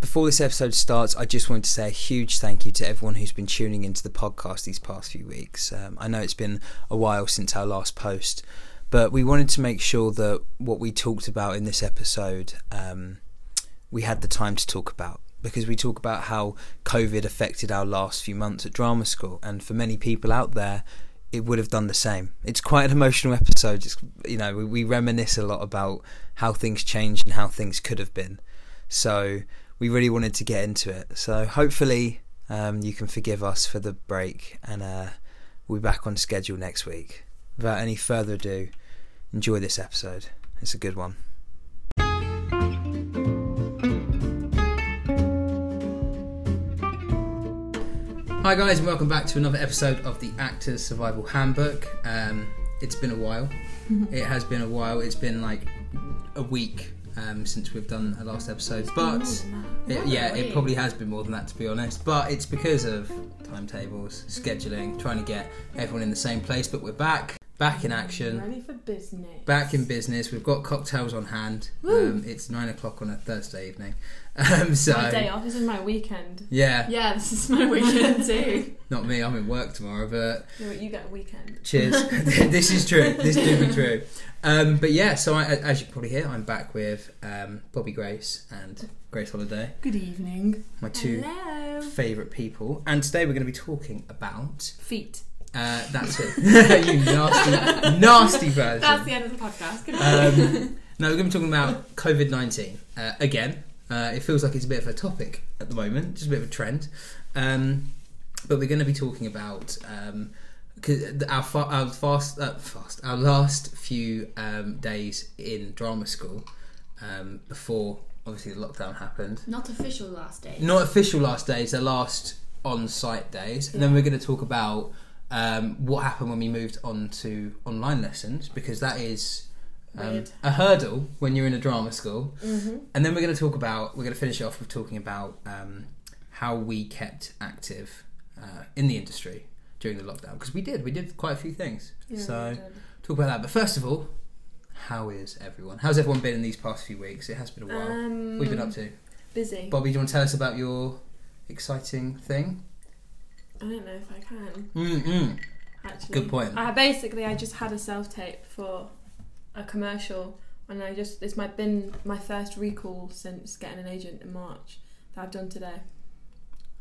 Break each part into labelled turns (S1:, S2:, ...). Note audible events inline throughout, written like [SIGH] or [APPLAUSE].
S1: Before this episode starts, I just wanted to say a huge thank you to everyone who's been tuning into the podcast these past few weeks. Um, I know it's been a while since our last post, but we wanted to make sure that what we talked about in this episode, um, we had the time to talk about because we talk about how COVID affected our last few months at drama school, and for many people out there, it would have done the same. It's quite an emotional episode. It's, you know, we, we reminisce a lot about how things changed and how things could have been. So we really wanted to get into it. So hopefully um, you can forgive us for the break, and uh, we'll be back on schedule next week. Without any further ado, enjoy this episode. It's a good one. Hi guys, and welcome back to another episode of the Actors Survival Handbook. Um, it's been a while. it has been a while. It's been like a week um, since we've done a last episode, but it, yeah, it probably has been more than that to be honest. But it's because of timetables, scheduling, trying to get everyone in the same place. But we're back, back in action,
S2: Ready for business.
S1: back in business. We've got cocktails on hand.
S2: Woo.
S1: Um, it's nine o'clock on a Thursday evening, [LAUGHS] um, so
S2: My day off. This is my weekend.
S1: yeah,
S3: Yeah, this is
S2: [LAUGHS]
S3: my weekend too.
S1: not me. I'm in work tomorrow, but
S2: You, you get a weekend. [LAUGHS]
S1: Cheers. [LAUGHS] this is true. This do be true. Um, but yeah, so I, as you can probably hear, I'm back with um, Bobby Grace and Grace Holiday,
S3: [LAUGHS] Good evening.
S1: my two
S2: Hello.
S1: favourite people. And today we're going to be talking about
S2: Feet.
S1: uh, that's it. [LAUGHS] you nasty, nasty person.
S2: That's the end of the podcast. Good
S1: Um, no, we're going to be talking about COVID 19 uh, again. Uh, it feels like it's a bit of a topic at the moment, just a bit of a trend. Um, but we're going to be talking about um, 'cause our, fa- our fast, uh, fast, our last few um, days in drama school um, before obviously the lockdown happened.
S3: Not official last day.
S1: Not official last days, the last on-site days, and then we're going to talk about um, what happened when we moved on to online lessons because that is um,
S2: Weird.
S1: a hurdle when you're in a drama school.
S2: hmm
S1: And then we're going to talk about we're going to finish it off with talking about um, how we kept active uh, in the industry during the lockdown because we did we did quite a few things. so talk about that. But first of all, how is everyone? How's everyone been in these past few weeks? It has been a while.
S2: um,
S1: We've been up to.
S2: busy.
S1: Bobby, do you want to tell us about your exciting thing?
S2: I don't know if I can
S1: Mm-mm.
S2: actually.
S1: Good point.
S2: I basically I just had a self tape for a commercial, and I just it's my been my first recall since getting an agent in March that I've done today.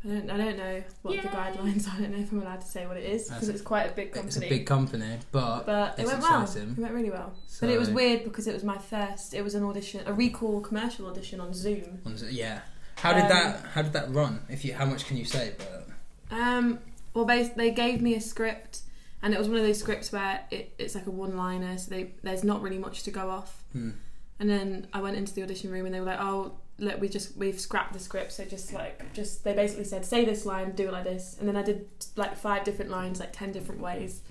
S2: I don't, I don't know what the
S3: Yay.
S2: guidelines [LAUGHS] are. I don't know if I'm allowed to say what it is
S1: That's
S2: because
S1: a-
S2: it's quite a big company.
S1: It's a big company, but,
S2: but it
S1: it's
S2: went
S1: exciting.
S2: well. It went really well.
S1: so,
S2: But it was weird because it was my first. It was an audition, a recall commercial audition on Zoom.
S1: Yeah. How did
S2: Um,
S1: that? How did that run? If you, how much can you say about that?
S2: Um, well, they they gave me a script, and it was one of those scripts where it, it's like a one liner, so they, there's not really much to go off.
S1: Hmm.
S2: And then I went into the audition room, and they were like, "Oh, look, we just we've scrapped the script, so just like just they basically said, say this line, do it like this." And then I did like five different lines, like ten different ways.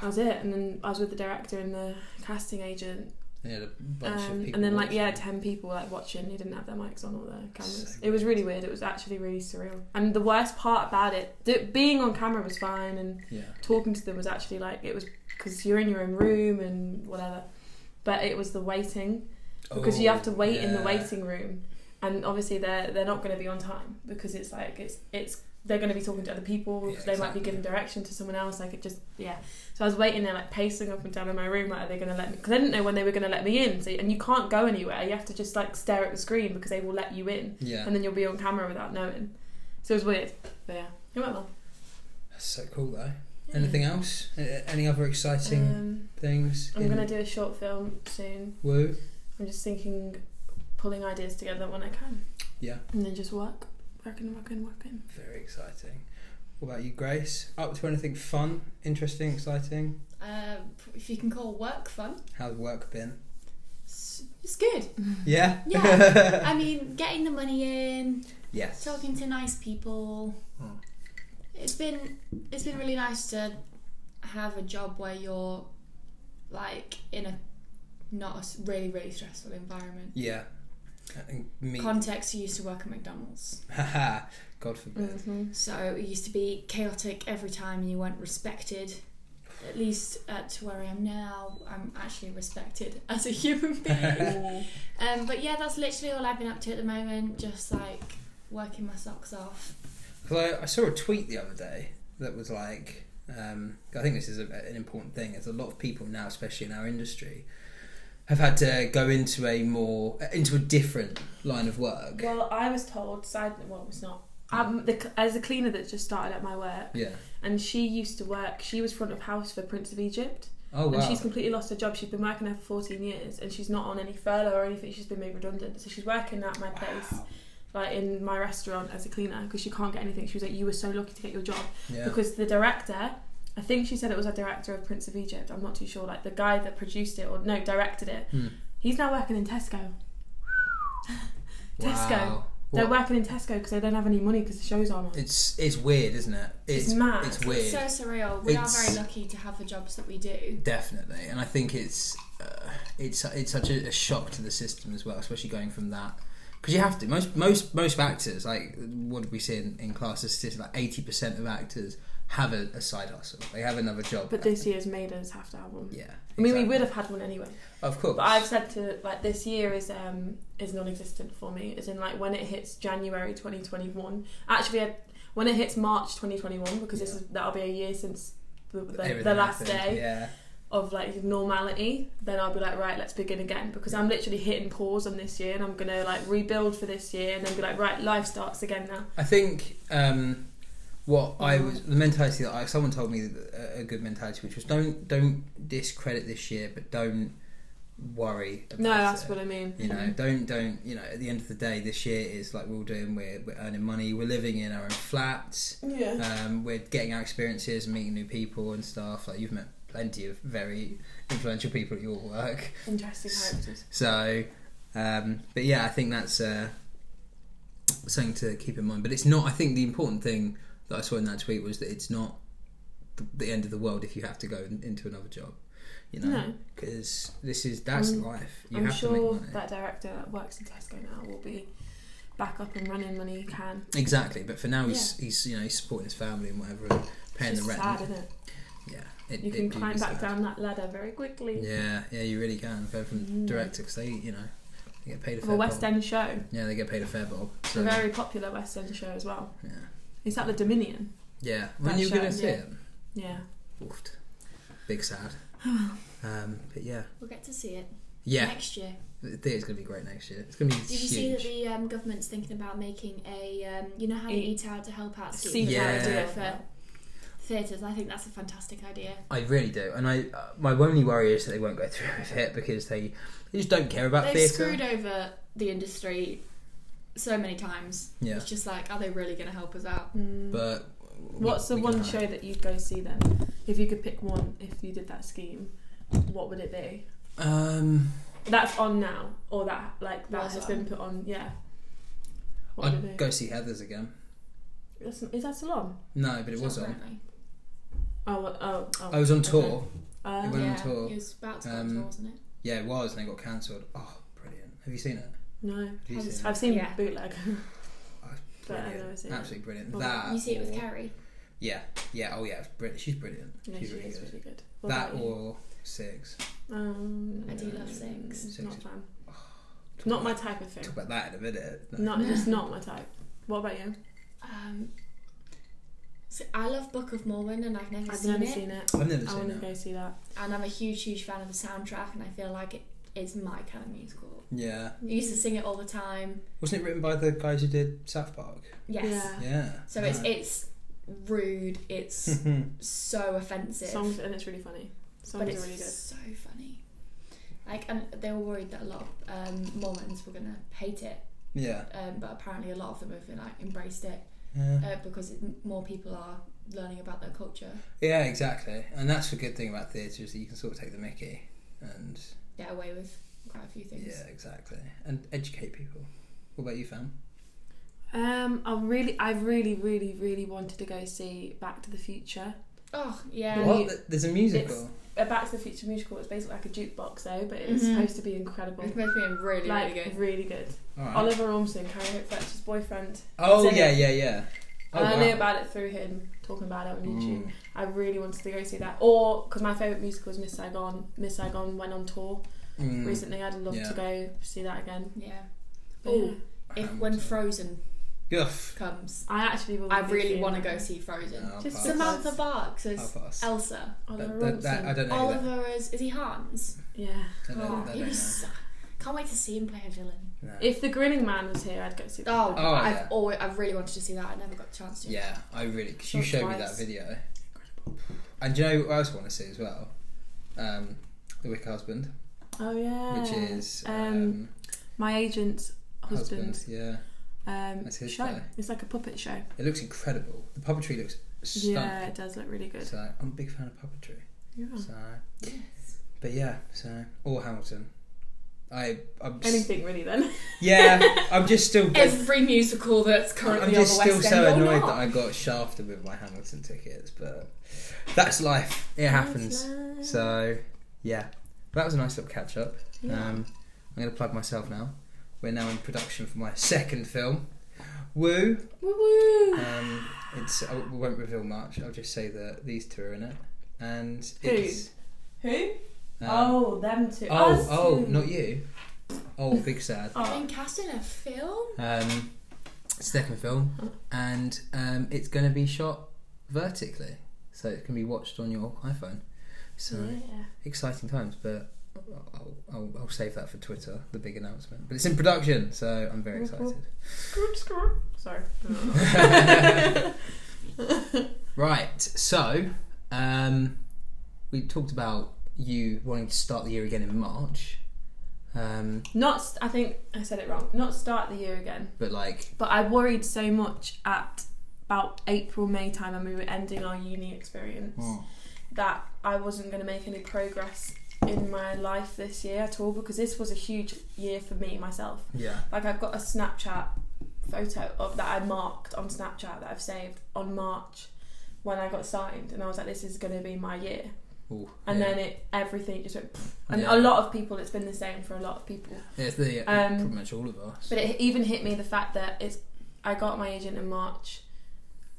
S2: That was it. And then I was with the director and the casting agent,
S1: And you had a bunch of
S2: Um,
S1: people
S2: and then like yeah,
S1: watching.
S2: ten people like watching who didn't have their mics on or their cameras.
S1: So
S2: it was really weird. It was actually really surreal. And the worst part about it, th- being on camera was fine, and
S1: yeah.
S2: talking to them was actually like it was because you're in your own room and whatever. But it was the waiting because you have to
S1: Oh,
S2: wait in the
S1: yeah.
S2: waiting room, and obviously they're they're not going to be on time because it's like it's it's they're going to be talking to other people.
S1: Yeah,
S2: they might be
S1: exactly.
S2: giving direction to someone else. Like it just yeah. So I was waiting there, like pacing up and down in my room. Like, are they going to let me? Because I didn't know when they were going to let me in. So and you can't go anywhere. You have to just like stare at the screen because they will let you in,
S1: Yeah,
S2: and then you'll be on camera without knowing. So it was weird. But yeah, it went well.
S1: that's so cool though. Anything else? A- a- Any other exciting
S2: Um,
S1: things?
S2: I'm
S1: in
S2: gonna do a short film soon.
S1: Woo.
S2: I'm just thinking, pulling ideas together when I can.
S1: Yeah.
S2: And then just work, working, working, working.
S1: Very exciting. What about you, Grace? Up to anything fun, interesting, exciting?
S3: Uh, if you can call work fun,
S1: How's work been?
S3: it's, it's good.
S1: [LAUGHS] Yeah.
S3: Yeah. I mean,
S1: [LAUGHS]
S3: getting the money in,
S1: yes.
S3: talking to nice people.
S1: Hmm.
S3: It's been it's been really nice to have a job where you're like in a not a s- really really stressful environment.
S1: Yeah. And me.
S3: Context: I used to work at McDonald's,
S1: [LAUGHS] Haha. God forbid.
S2: Mm-hmm.
S3: so it used to be chaotic every time, and you weren't respected. at least uh, to where I am now, I'm actually respected [LAUGHS] as
S1: [LAUGHS]
S3: a human being. um, but yeah, that's literally all I've been up to at the moment. Just like working my socks off.
S1: Because I, I saw a tweet the other day that was like, um, I think this is a, an important thing. Is a lot of people now, especially in our industry, have had to go into a more into a different line of work.
S2: Well, I was told, side well, it's not. Um, the, c- as a cleaner that just started at my work,
S1: Yeah.
S2: and she used to work. She was front of house for Prince of Egypt,
S1: Oh
S2: and
S1: wow.
S2: she's completely lost her job. She's been working there for 14 years, and she's not on any furlough or anything. She's been made redundant, so she's working at my place, like in my restaurant as a cleaner, because she can't get anything. She was like, "You were so lucky to get your job."
S1: Yeah.
S2: because the director I think she said it was a director of Prince of Egypt. I'm not too sure. Like the guy that produced it or no, directed it.
S1: Hmm.
S2: He's now working in Tesco. Tesco.
S1: Wow.
S2: They're
S1: What-
S2: working in Tesco because they don't have any money because the show's on.
S1: It's it's weird, isn't it?
S2: It's mad.
S1: It's weird.
S3: So surreal. We
S1: It's-
S3: are very lucky to have the jobs that we do.
S1: Definitely, and I think it's uh, it's it's such a, a shock to the system as well, especially going from that because you have to. Most most most actors, like what did we see in, in class statistics, like eighty percent of actors have a, a side hustle. They have another job.
S2: But this year's made us have to have one.
S1: yeah,
S2: I mean, we
S1: exactly.
S2: would have had one anyway.
S1: of course.
S2: But I've said to like this year is um is non-existent for me. As in like when it hits January 2021. Actually, I- when it hits March 2021 because this
S1: Yeah.
S2: is, that'll be a year since the, the, the
S1: Everything
S2: last
S1: happened,
S2: day.
S1: Yeah,
S2: of like normality, then I'll be like, right, let's begin again because I'm literally hitting pause on this year and I'm gonna like rebuild for this year and then be like, right, life starts again now.
S1: I think um, what I was the mentality that I someone told me that uh, a, a good mentality, which was don't don't discredit this year, but don't worry. About
S2: No, that's
S1: it.
S2: what I mean.
S1: You know, don't don't you know? At the end of the day, this year is like we're all doing. We're we're earning money. We're living in our own flats.
S2: Yeah.
S1: Um, we're getting our experiences, and meeting new people and stuff. Like you've met plenty of very influential people at your work.
S2: Interesting characters.
S1: So, um, but yeah, I think that's uh, something to keep in mind. But it's not. I think the important thing that I saw in that tweet was that it's not the, the end of the world if you have to go in, into another job. You know,
S2: No.
S1: because this is that's
S2: I'm-
S1: life. You
S2: I'm
S1: have to make
S2: sure
S1: money.
S2: that director that works in Tesco now will be back up and running when he can.
S1: Exactly, but for now he's, he's you know he's supporting his family and whatever, and paying
S2: It's
S1: the
S2: just
S1: rent.
S2: sad, isn't it?
S1: Yeah, it,
S2: You
S1: it
S2: can
S1: do
S2: climb
S1: be
S2: back
S1: sad.
S2: down that ladder very quickly.
S1: Yeah, yeah, you really can go from
S2: Mm.
S1: director because they you know they get paid a
S2: Of a
S1: fair
S2: West
S1: bob.
S2: End show.
S1: Yeah, they get paid a fair bob.
S2: It's
S1: So
S2: a very popular West End show as well.
S1: yeah,
S2: It's at the Dominion.
S1: yeah. When
S2: That
S1: you
S2: show,
S1: gonna see
S3: yeah.
S1: it?
S2: Yeah.
S1: Oofed. Big
S2: [SIGHS]
S1: sad.
S2: Oh,
S1: um, but yeah,
S3: We'll get to see it
S1: yeah,
S3: next year.
S1: the theatre's gonna be great next year. It's gonna be
S3: Did you
S1: huge.
S3: see that the um, government's thinking about making a, um, you know how you
S2: Eat-
S3: eat out to help out
S2: See
S3: students
S1: the Yeah.
S3: idea
S1: idea.
S3: for theatres? I think that's a fantastic idea.
S1: I really do, and I uh, my only worry is that they won't go [LAUGHS] through with it because they, they just don't care about
S3: They've
S1: theatre.
S3: screwed over the industry so many times.
S1: Yeah,
S3: It's just like, are they really going to help us out?
S2: Mm.
S1: but we-
S2: What's the
S1: we can
S2: one
S1: hope.
S2: show that you'd go see then? If you could pick one, if you did that scheme, what would it be?
S1: Um,
S2: That's on now, or that like that's
S3: Was
S2: just
S3: on.
S2: been put on. Yeah. What would
S1: I'd
S2: it be?
S1: go see Heather's again.
S2: That's, is that still on?
S1: No, but it was on.
S3: Apparently.
S2: Oh, well, oh, oh.
S1: I was on
S2: okay.
S1: tour.
S2: Uh,
S1: It went on
S3: yeah,
S1: tour.
S3: It was about to go
S1: Um,
S3: on tour, wasn't it?
S1: Yeah, it was, and it got cancelled. Oh, brilliant! Have you seen it?
S2: no,
S1: Have you
S3: How was
S1: seen
S2: I've seen
S3: Yeah.
S2: bootleg. [LAUGHS]
S1: it?
S2: but I've
S1: Brilliant.
S2: never seen
S1: Absolutely brilliant.
S2: Well,
S1: that
S3: You see it
S1: or,
S3: with Carrie.
S1: Yeah, yeah. Oh yeah, it's brilliant. She's brilliant.
S2: it. No,
S1: she's
S2: she
S1: really
S2: is
S1: good.
S2: really good. What
S1: That
S2: about you?
S1: or six.
S2: um,
S3: I do love Six.
S2: It's
S1: Six
S2: Not
S1: is-
S2: fun.
S1: Talk
S2: Not my
S1: about-
S2: type of thing.
S1: Talk about that in a minute. No. [LAUGHS]
S2: Not it's not my type. What about you?
S3: Um, so I love Book of Mormon and I've never,
S2: I've
S3: seen,
S2: never
S3: it.
S2: seen it.
S1: I've never
S2: I
S1: seen
S2: want to
S1: it.
S2: go see that.
S3: And I'm a huge, huge fan of the soundtrack and I feel like it is my kind of musical.
S1: Yeah,
S3: I used to sing it all the time.
S1: wasn't it written by the guys who did South Park?
S3: Yes.
S2: Yeah.
S1: Yeah.
S3: So it's it's rude.
S2: [LAUGHS]
S3: It's so offensive.
S2: Songs and it's really funny. Songs
S3: but it's
S2: are really good.
S3: so funny. Like, and they were worried that a lot of um, Mormons were gonna hate it,
S1: [LAUGHS] yeah.
S3: um, but apparently a lot of them have like embraced it
S1: Yeah.
S2: Oh.
S3: uh, because it, more people are learning about their culture.
S1: yeah, exactly. And that's the good thing about theatre is that you can sort of take the Mickey and
S3: Get away with quite a few things.
S1: yeah, exactly, and educate people. What about you, fam?
S2: Um, I really, I really, really, really wanted to go see Back to the Future.
S3: Oh yeah.
S2: Well,
S1: what? Th- There's a musical.
S2: A Back to the Future musical. It's basically like a jukebox though, but it's
S3: Mhm.
S2: supposed to be incredible.
S3: It's supposed to be really,
S2: like
S3: really good.
S2: really good.
S1: All right.
S2: Oliver Ormson, Carrie Hope Fletcher's boyfriend.
S1: Oh
S2: It's in
S1: yeah, Oh,
S2: it.
S1: yeah, yeah.
S2: And I knew about it through him talking about it on
S1: Mm.
S2: YouTube. I really wanted to go see that. Or because my favorite musical is Miss Saigon. Miss Saigon went on tour
S1: Mm.
S2: recently. I'd love
S1: Yeah.
S2: to go see that again.
S3: Yeah.
S2: But yeah,
S3: Oh, if
S1: Hamilton.
S3: when Frozen
S1: Guff.
S3: comes,
S2: I actually will
S3: I
S2: be
S3: really
S2: seeing
S3: want to
S2: that.
S3: go see Frozen.
S1: I'll
S2: Just
S1: pass.
S3: Samantha
S2: I'll
S3: Barks as
S1: I'll pass.
S3: Elsa.
S2: Oliver
S1: That- that- that- I don't
S2: Robson.
S1: know. that.
S3: Oliver as is he Hans?
S2: Yeah.
S1: Don't know
S3: Oh,
S1: that- that
S3: he
S1: I
S3: was
S1: know.
S3: so- Can't wait to see him play a villain.
S1: No.
S2: If the Grinning Man was here, I'd go see.
S3: Oh,
S1: Oh,
S3: I've
S1: yeah.
S3: always I've really wanted to see that. I never got the chance to.
S1: Yeah, I really because
S2: Saw
S1: you
S2: it
S1: showed me that
S2: twice.
S1: video. And do you know what else I want to see as well? Um, the Wicked Husband,
S2: Oh yeah.
S1: which is um,
S2: um, my agent's
S1: husband.
S2: husband.
S1: Yeah,
S2: Um,
S1: That's his
S2: show.
S1: guy.
S2: It's like a puppet show.
S1: it looks incredible. The puppetry looks stunning.
S2: Yeah, it does look really good.
S1: So I'm a big fan of puppetry.
S2: Yeah.
S3: Hmm.
S1: So, but yeah, so or Hamilton. I I'm s-
S2: Anything really then.
S3: [LAUGHS]
S1: yeah. I'm just still.
S3: Every musical that's currently
S1: I'm just
S3: on the
S1: still
S3: West
S1: so
S3: End, or
S1: annoyed
S3: not.
S1: that I got shafted with my Hamilton tickets, but that's life. It
S2: [LAUGHS]
S1: happens. So, yeah, that was a nice little catch up.
S2: Yeah.
S1: Um, I'm going to plug myself now. We're now in production for my second film, Woo.
S2: Woo woo.
S1: Um, it's I w- won't reveal much. I'll just say that these two are in it, and
S2: Who?
S1: it's
S2: Who?
S1: um,
S2: oh, them two.
S1: oh
S2: Us
S1: oh
S2: two.
S1: not you. Oh, big sad.
S2: Oh.
S3: Being cast in a film.
S1: Um, second film, and um, it's going to be shot vertically, so it can be watched on your iPhone. So [LAUGHS]
S2: Yeah.
S1: exciting times, but I'll, I'll, I'll save that for Twitter, the big announcement. But it's in production, so I'm very
S2: Whoop, whoop.
S1: excited.
S2: Screw, screw.
S1: [LAUGHS]
S2: Sorry.
S1: Right, so um, we talked about you wanting to start the year again in March, um,
S2: Not. St- I think I said it wrong. Not start the year again.
S1: but like,
S2: But I worried so much at about April May time when we were ending our uni experience. that I wasn't going to make any progress in my life this year at all because this was a huge year for me myself.
S1: yeah,
S2: Like I've got a Snapchat photo of that I marked on Snapchat that I've saved on March when I got signed and I was like this is going to be my year.
S1: Ooh,
S2: And
S1: yeah.
S2: then it everything just went pfft. and
S1: Yeah.
S2: a lot of people it's been the same for a lot of people.
S1: Yeah, it's the,
S2: um,
S1: pretty much all of us.
S2: But it even hit me the fact that it's I got my agent in March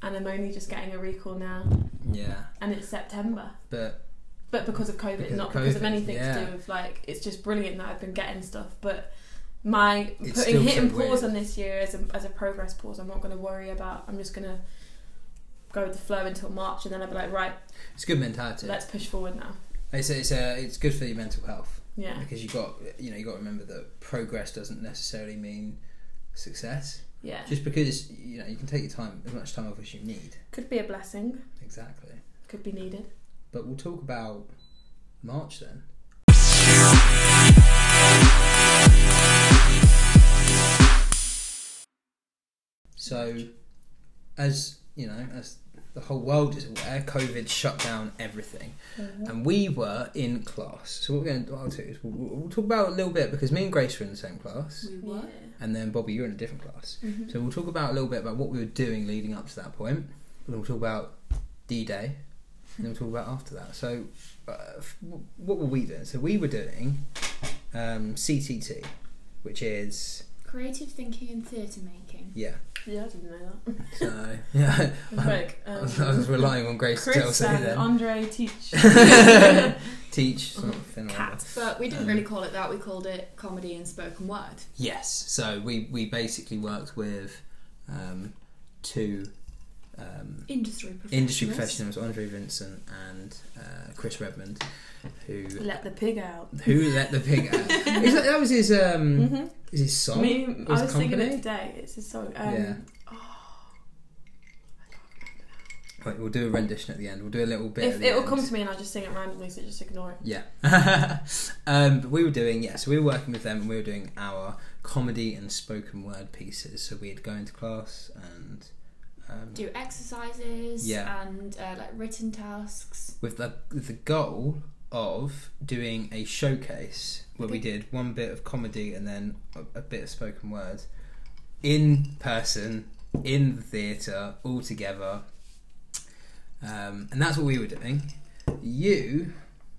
S2: and I'm only just getting a recall now
S1: yeah,
S2: and it's September.
S1: but
S2: but because of COVID,
S1: Because of
S2: not because of
S1: COVID,
S2: anything to
S1: yeah.
S2: do with like it's just brilliant that I've been getting stuff, but my
S1: It's still
S2: putting hitting
S1: so
S2: pause
S1: weird.
S2: on this year as a, as a progress pause. I'm not going to worry about. I'm just going to go with the flow until March, and then I'll be like, right,
S1: it's good mentality.
S2: let's push forward now.
S1: It's it's uh, it's good for your mental health.
S2: Yeah,
S1: because you got you know you got to remember that progress doesn't necessarily mean success
S2: yeah,
S1: just because you know you can take your time as much time off as you need
S2: could be a blessing,
S1: exactly
S2: could be needed.
S1: but we'll talk about march then so as you know as the whole world is aware covid shut down everything and we were in class so what we're going to what I'll do is we'll, we'll talk about it a little bit because me and grace were in the same class
S3: We
S2: Yeah.
S1: and then Bobby, you're in a different class.
S2: Mhm.
S1: So we'll talk about a little bit about what we were doing leading up to that point, and then we'll talk about D Day, and then we'll talk about after that. So, uh, f- what were we doing? So we were doing um, CTT, which is
S3: Creative thinking and theatre making.
S1: yeah.
S2: Yeah, I didn't know [LAUGHS] that.
S1: So [LAUGHS] yeah,
S2: I was like,
S1: [LAUGHS] I
S2: um,
S1: was, I was relying on Grace to tell
S2: Chris um,
S1: me
S2: and
S1: then.
S2: Andre
S1: [LAUGHS]
S2: teach. [LAUGHS]
S1: Teach something. or other.
S2: Cat.
S3: But we didn't
S1: Um,
S3: really call it that. We called it comedy and spoken word.
S1: Yes. So we we basically worked with um, two. Um,
S3: Industry professionals.
S1: industry professionals Andre Vincent and uh, Chris Redmond, who
S2: Let the pig out.
S1: who let the
S2: [LAUGHS]
S1: pig out. Is that, that was his um,
S2: Mhm.
S1: is his song.
S2: Me,
S1: Or his
S2: I was thinking it
S1: company?
S2: today. It's a song. Um,
S1: Yeah.
S2: oh, I can't remember now.
S1: Right, we'll do a rendition at the end. We'll do a little bit. at
S2: If
S1: the
S2: it'll
S1: end.
S2: come to me and I'll just sing it randomly, so just ignore it.
S1: Yeah. [LAUGHS] um, but we were doing yeah, so we were working with them and we were doing our comedy and spoken word pieces. So we'd go into class and um,
S3: Do exercises
S1: Yeah.
S3: and uh, like written tasks.
S1: with the with the goal of doing a showcase where we did one bit of comedy and then a, a bit of spoken word in person in the theatre all together um, and that's what we were doing you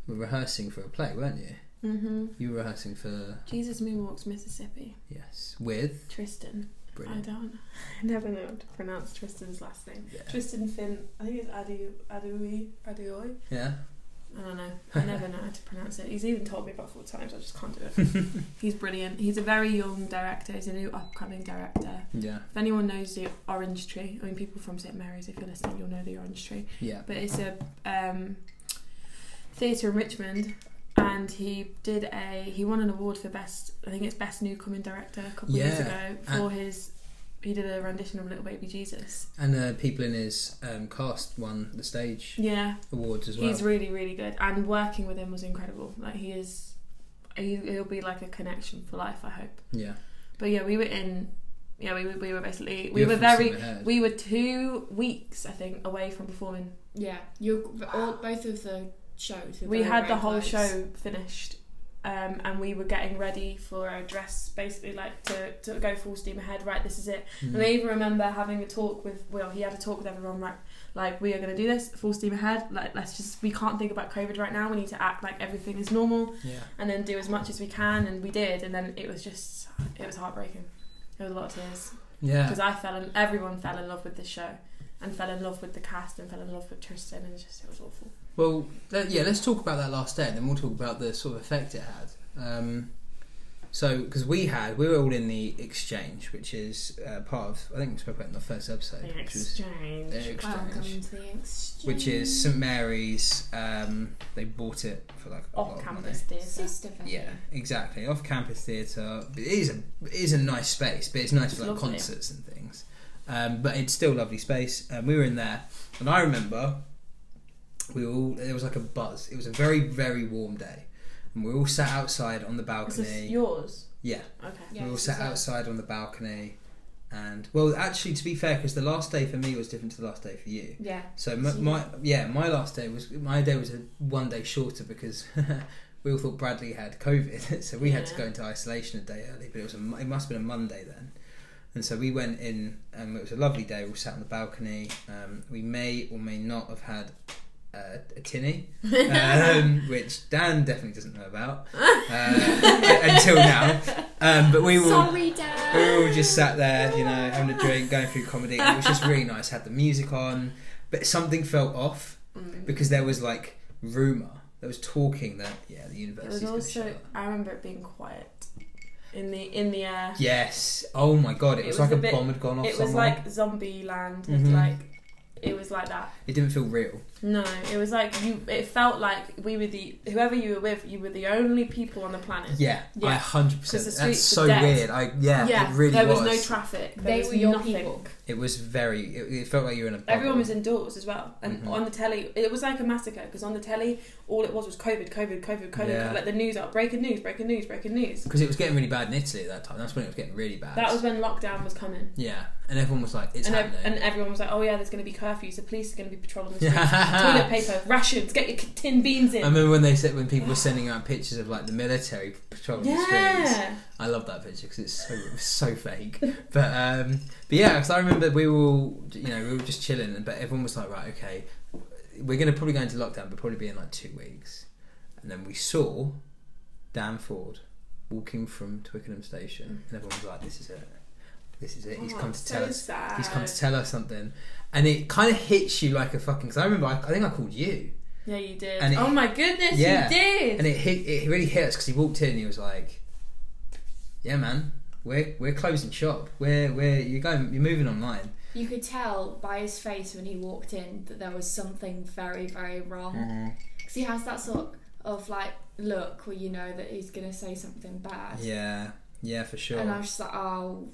S1: were rehearsing for a play weren't you
S2: Mm-hmm.
S1: you were rehearsing for
S2: Jesus Moonwalks Mississippi.
S1: yes with
S2: Tristan. I
S1: Brilliant.
S2: don't. [LAUGHS] I never know how to pronounce Tristan's last name.
S1: Yeah.
S2: Tristan Finn. I think it's Adu Adui Aduoy.
S1: yeah.
S2: I don't know. I never know how to pronounce it. He's even told me about four times. I just can't do
S1: [LAUGHS]
S2: it. He's brilliant. He's a very young director. He's a new upcoming director.
S1: Yeah.
S2: If anyone knows the Orange Tree, I mean, people from St Mary's, if you're listening, you'll know the Orange Tree.
S1: Yeah.
S2: But it's a um, theatre in Richmond, and he did a he won an award for best I think it's best new coming director a couple of years
S1: Yeah,
S2: ago for his he did a rendition of Little Baby Jesus.
S1: And uh, people in his um, cast won the stage
S2: Yeah,
S1: awards as well.
S2: he's really really good, and working with him was incredible. Like he is, he, he'll be like a connection for life. I hope.
S1: yeah.
S2: But yeah, we were in. Yeah, we, were- we were basically we
S1: You're
S2: were
S1: from
S2: very
S1: St Mary's.
S2: we were two weeks I think away from performing
S3: Yeah, you all both of the shows. were
S2: we
S3: very,
S2: had the
S3: very
S2: whole
S3: close.
S2: show finished um, and we were getting ready for our dress basically like to, to go full steam ahead right this is it
S1: Mm.
S2: and i even remember having a talk with well he had a talk with everyone right like we are going to do this full steam ahead like let's just we can't think about covid right now we need to act like everything is normal
S1: Yeah.
S2: and then do as much as we can and we did and then it was just it was heartbreaking it was a lot of tears
S1: Yeah.
S2: because i fell in everyone fell in love with this show and fell in love with the cast and fell in love with tristan and just it was awful
S1: Well, let, yeah, let's talk about that last day, and then we'll talk about the sort of effect it had. Um, so, because we had, we were all in the exchange, which is uh, part of, I think we spoke about it in the first episode,
S2: the
S1: which was
S2: exchange
S1: the
S3: Welcome
S1: exchange,
S3: to the exchange.
S1: which is St Mary's. Um, they bought it for like a lot
S2: off
S1: of
S2: campus theatre.
S3: sister venue.
S1: Yeah, exactly. Off campus theatre. It is a it is a nice space, but it's nice
S2: It's
S1: for like
S2: lovely.
S1: concerts and things. Um, but it's still lovely space. And we were in there, and I remember we were all there was like a buzz. It was a very very warm day, and we were all sat outside on the
S2: Is
S1: balcony.
S2: this yours?
S1: yeah,
S2: Okay.
S3: Yeah,
S1: we were all
S3: it's
S1: sat
S3: a-
S1: outside on the balcony. And well, actually, to be fair, because the last day for me was different to the last day for you.
S3: Yeah.
S1: So my,
S3: So you-
S1: my yeah, my last day was my day was a, one day shorter because [LAUGHS] we all thought Bradley had COVID, [LAUGHS] so we had to
S2: Yeah.
S1: go into isolation a day early. But it was a, Mo- it must have been a Monday then, and so we went in. Um, it was a lovely day. We all sat on the balcony. Um, we may or may not have had uh, a tinny,
S2: [LAUGHS]
S1: um, which Dan definitely doesn't know about uh, until now. Um, but we were
S3: Sorry,
S1: we
S3: Dad.
S1: were all just sat there, you know, having a drink, going through comedy. It was just really nice. Had the music on, but something felt off [LAUGHS]
S2: Mm.
S1: because there was like rumor, there was talking that yeah, the
S2: It
S1: university's
S2: was
S1: going to
S2: also.
S1: shut. up.
S2: I remember it being quiet in the in the air.
S1: Yes. Oh my god! It,
S2: It
S1: was,
S2: was
S1: like
S2: a
S1: a,
S2: bit-
S1: bomb had gone off
S2: It was
S1: somewhere.
S2: like zombie land. had,
S1: Mhm.
S2: Like it was like that.
S1: It didn't feel real.
S2: No, it was like you. It felt like we were the whoever you were with. You were the only people on the planet.
S1: Yeah,
S2: Yeah.
S1: I hundred
S2: 'Cause
S1: percent.
S2: the
S1: That's
S2: streets
S1: so
S2: were dead.
S1: weird. I yeah, it really
S2: there was,
S1: was.
S2: no traffic. There
S3: They
S2: was
S3: were your
S2: nothing.
S3: people.
S1: it was very. It, it felt like you were in a. Bubble.
S2: Everyone was indoors as well, and
S1: Mhm.
S2: on the telly, it was like a massacre because on the telly, all it was was COVID, COVID, COVID, COVID.
S1: Yeah.
S2: Like the news out, breaking news, breaking news, breaking news.
S1: because it was getting really bad in Italy at that time. That's when it was getting really bad.
S2: That was when lockdown was coming.
S1: yeah, and everyone was like, "It's
S2: and, ev-
S1: happening."
S2: and everyone was like, "Oh yeah, there's going to be curfews. The police are going to be patrolling
S1: [LAUGHS]
S2: the streets. Toilet paper, rations. Get your k- tin beans in."
S1: I remember when they said when people were sending out pictures of like the military patrolling the streets.
S2: yeah,
S1: I love that picture because it's so so fake. But um, but yeah, because I remember we were all you know we were just chilling, and but everyone was like, right, okay, we're gonna probably go into lockdown, but probably be in like two weeks. And then we saw Dan Ford walking from Twickenham Station, and everyone was like, this is it, this is it. He's
S2: Oh,
S1: come to
S2: it's
S1: tell
S2: so
S1: us
S2: Sad.
S1: He's come to tell us something, and it kind of hits you like a fucking. Because I remember, I, I think I called you,
S2: yeah, you did.
S1: and it-
S2: oh my goodness,
S1: Yeah.
S2: you did.
S1: and it hit. It really hit us because he walked in. and He was like, "Yeah, man, we're we're closing shop. We're we're you're going. You're moving online."
S3: You could tell by his face when he walked in that there was something very, very
S1: Hmm.
S3: wrong. Because he has that sort of like look where you know that he's going to say something bad.
S1: Yeah, yeah, for sure.
S3: And I was just like, oh,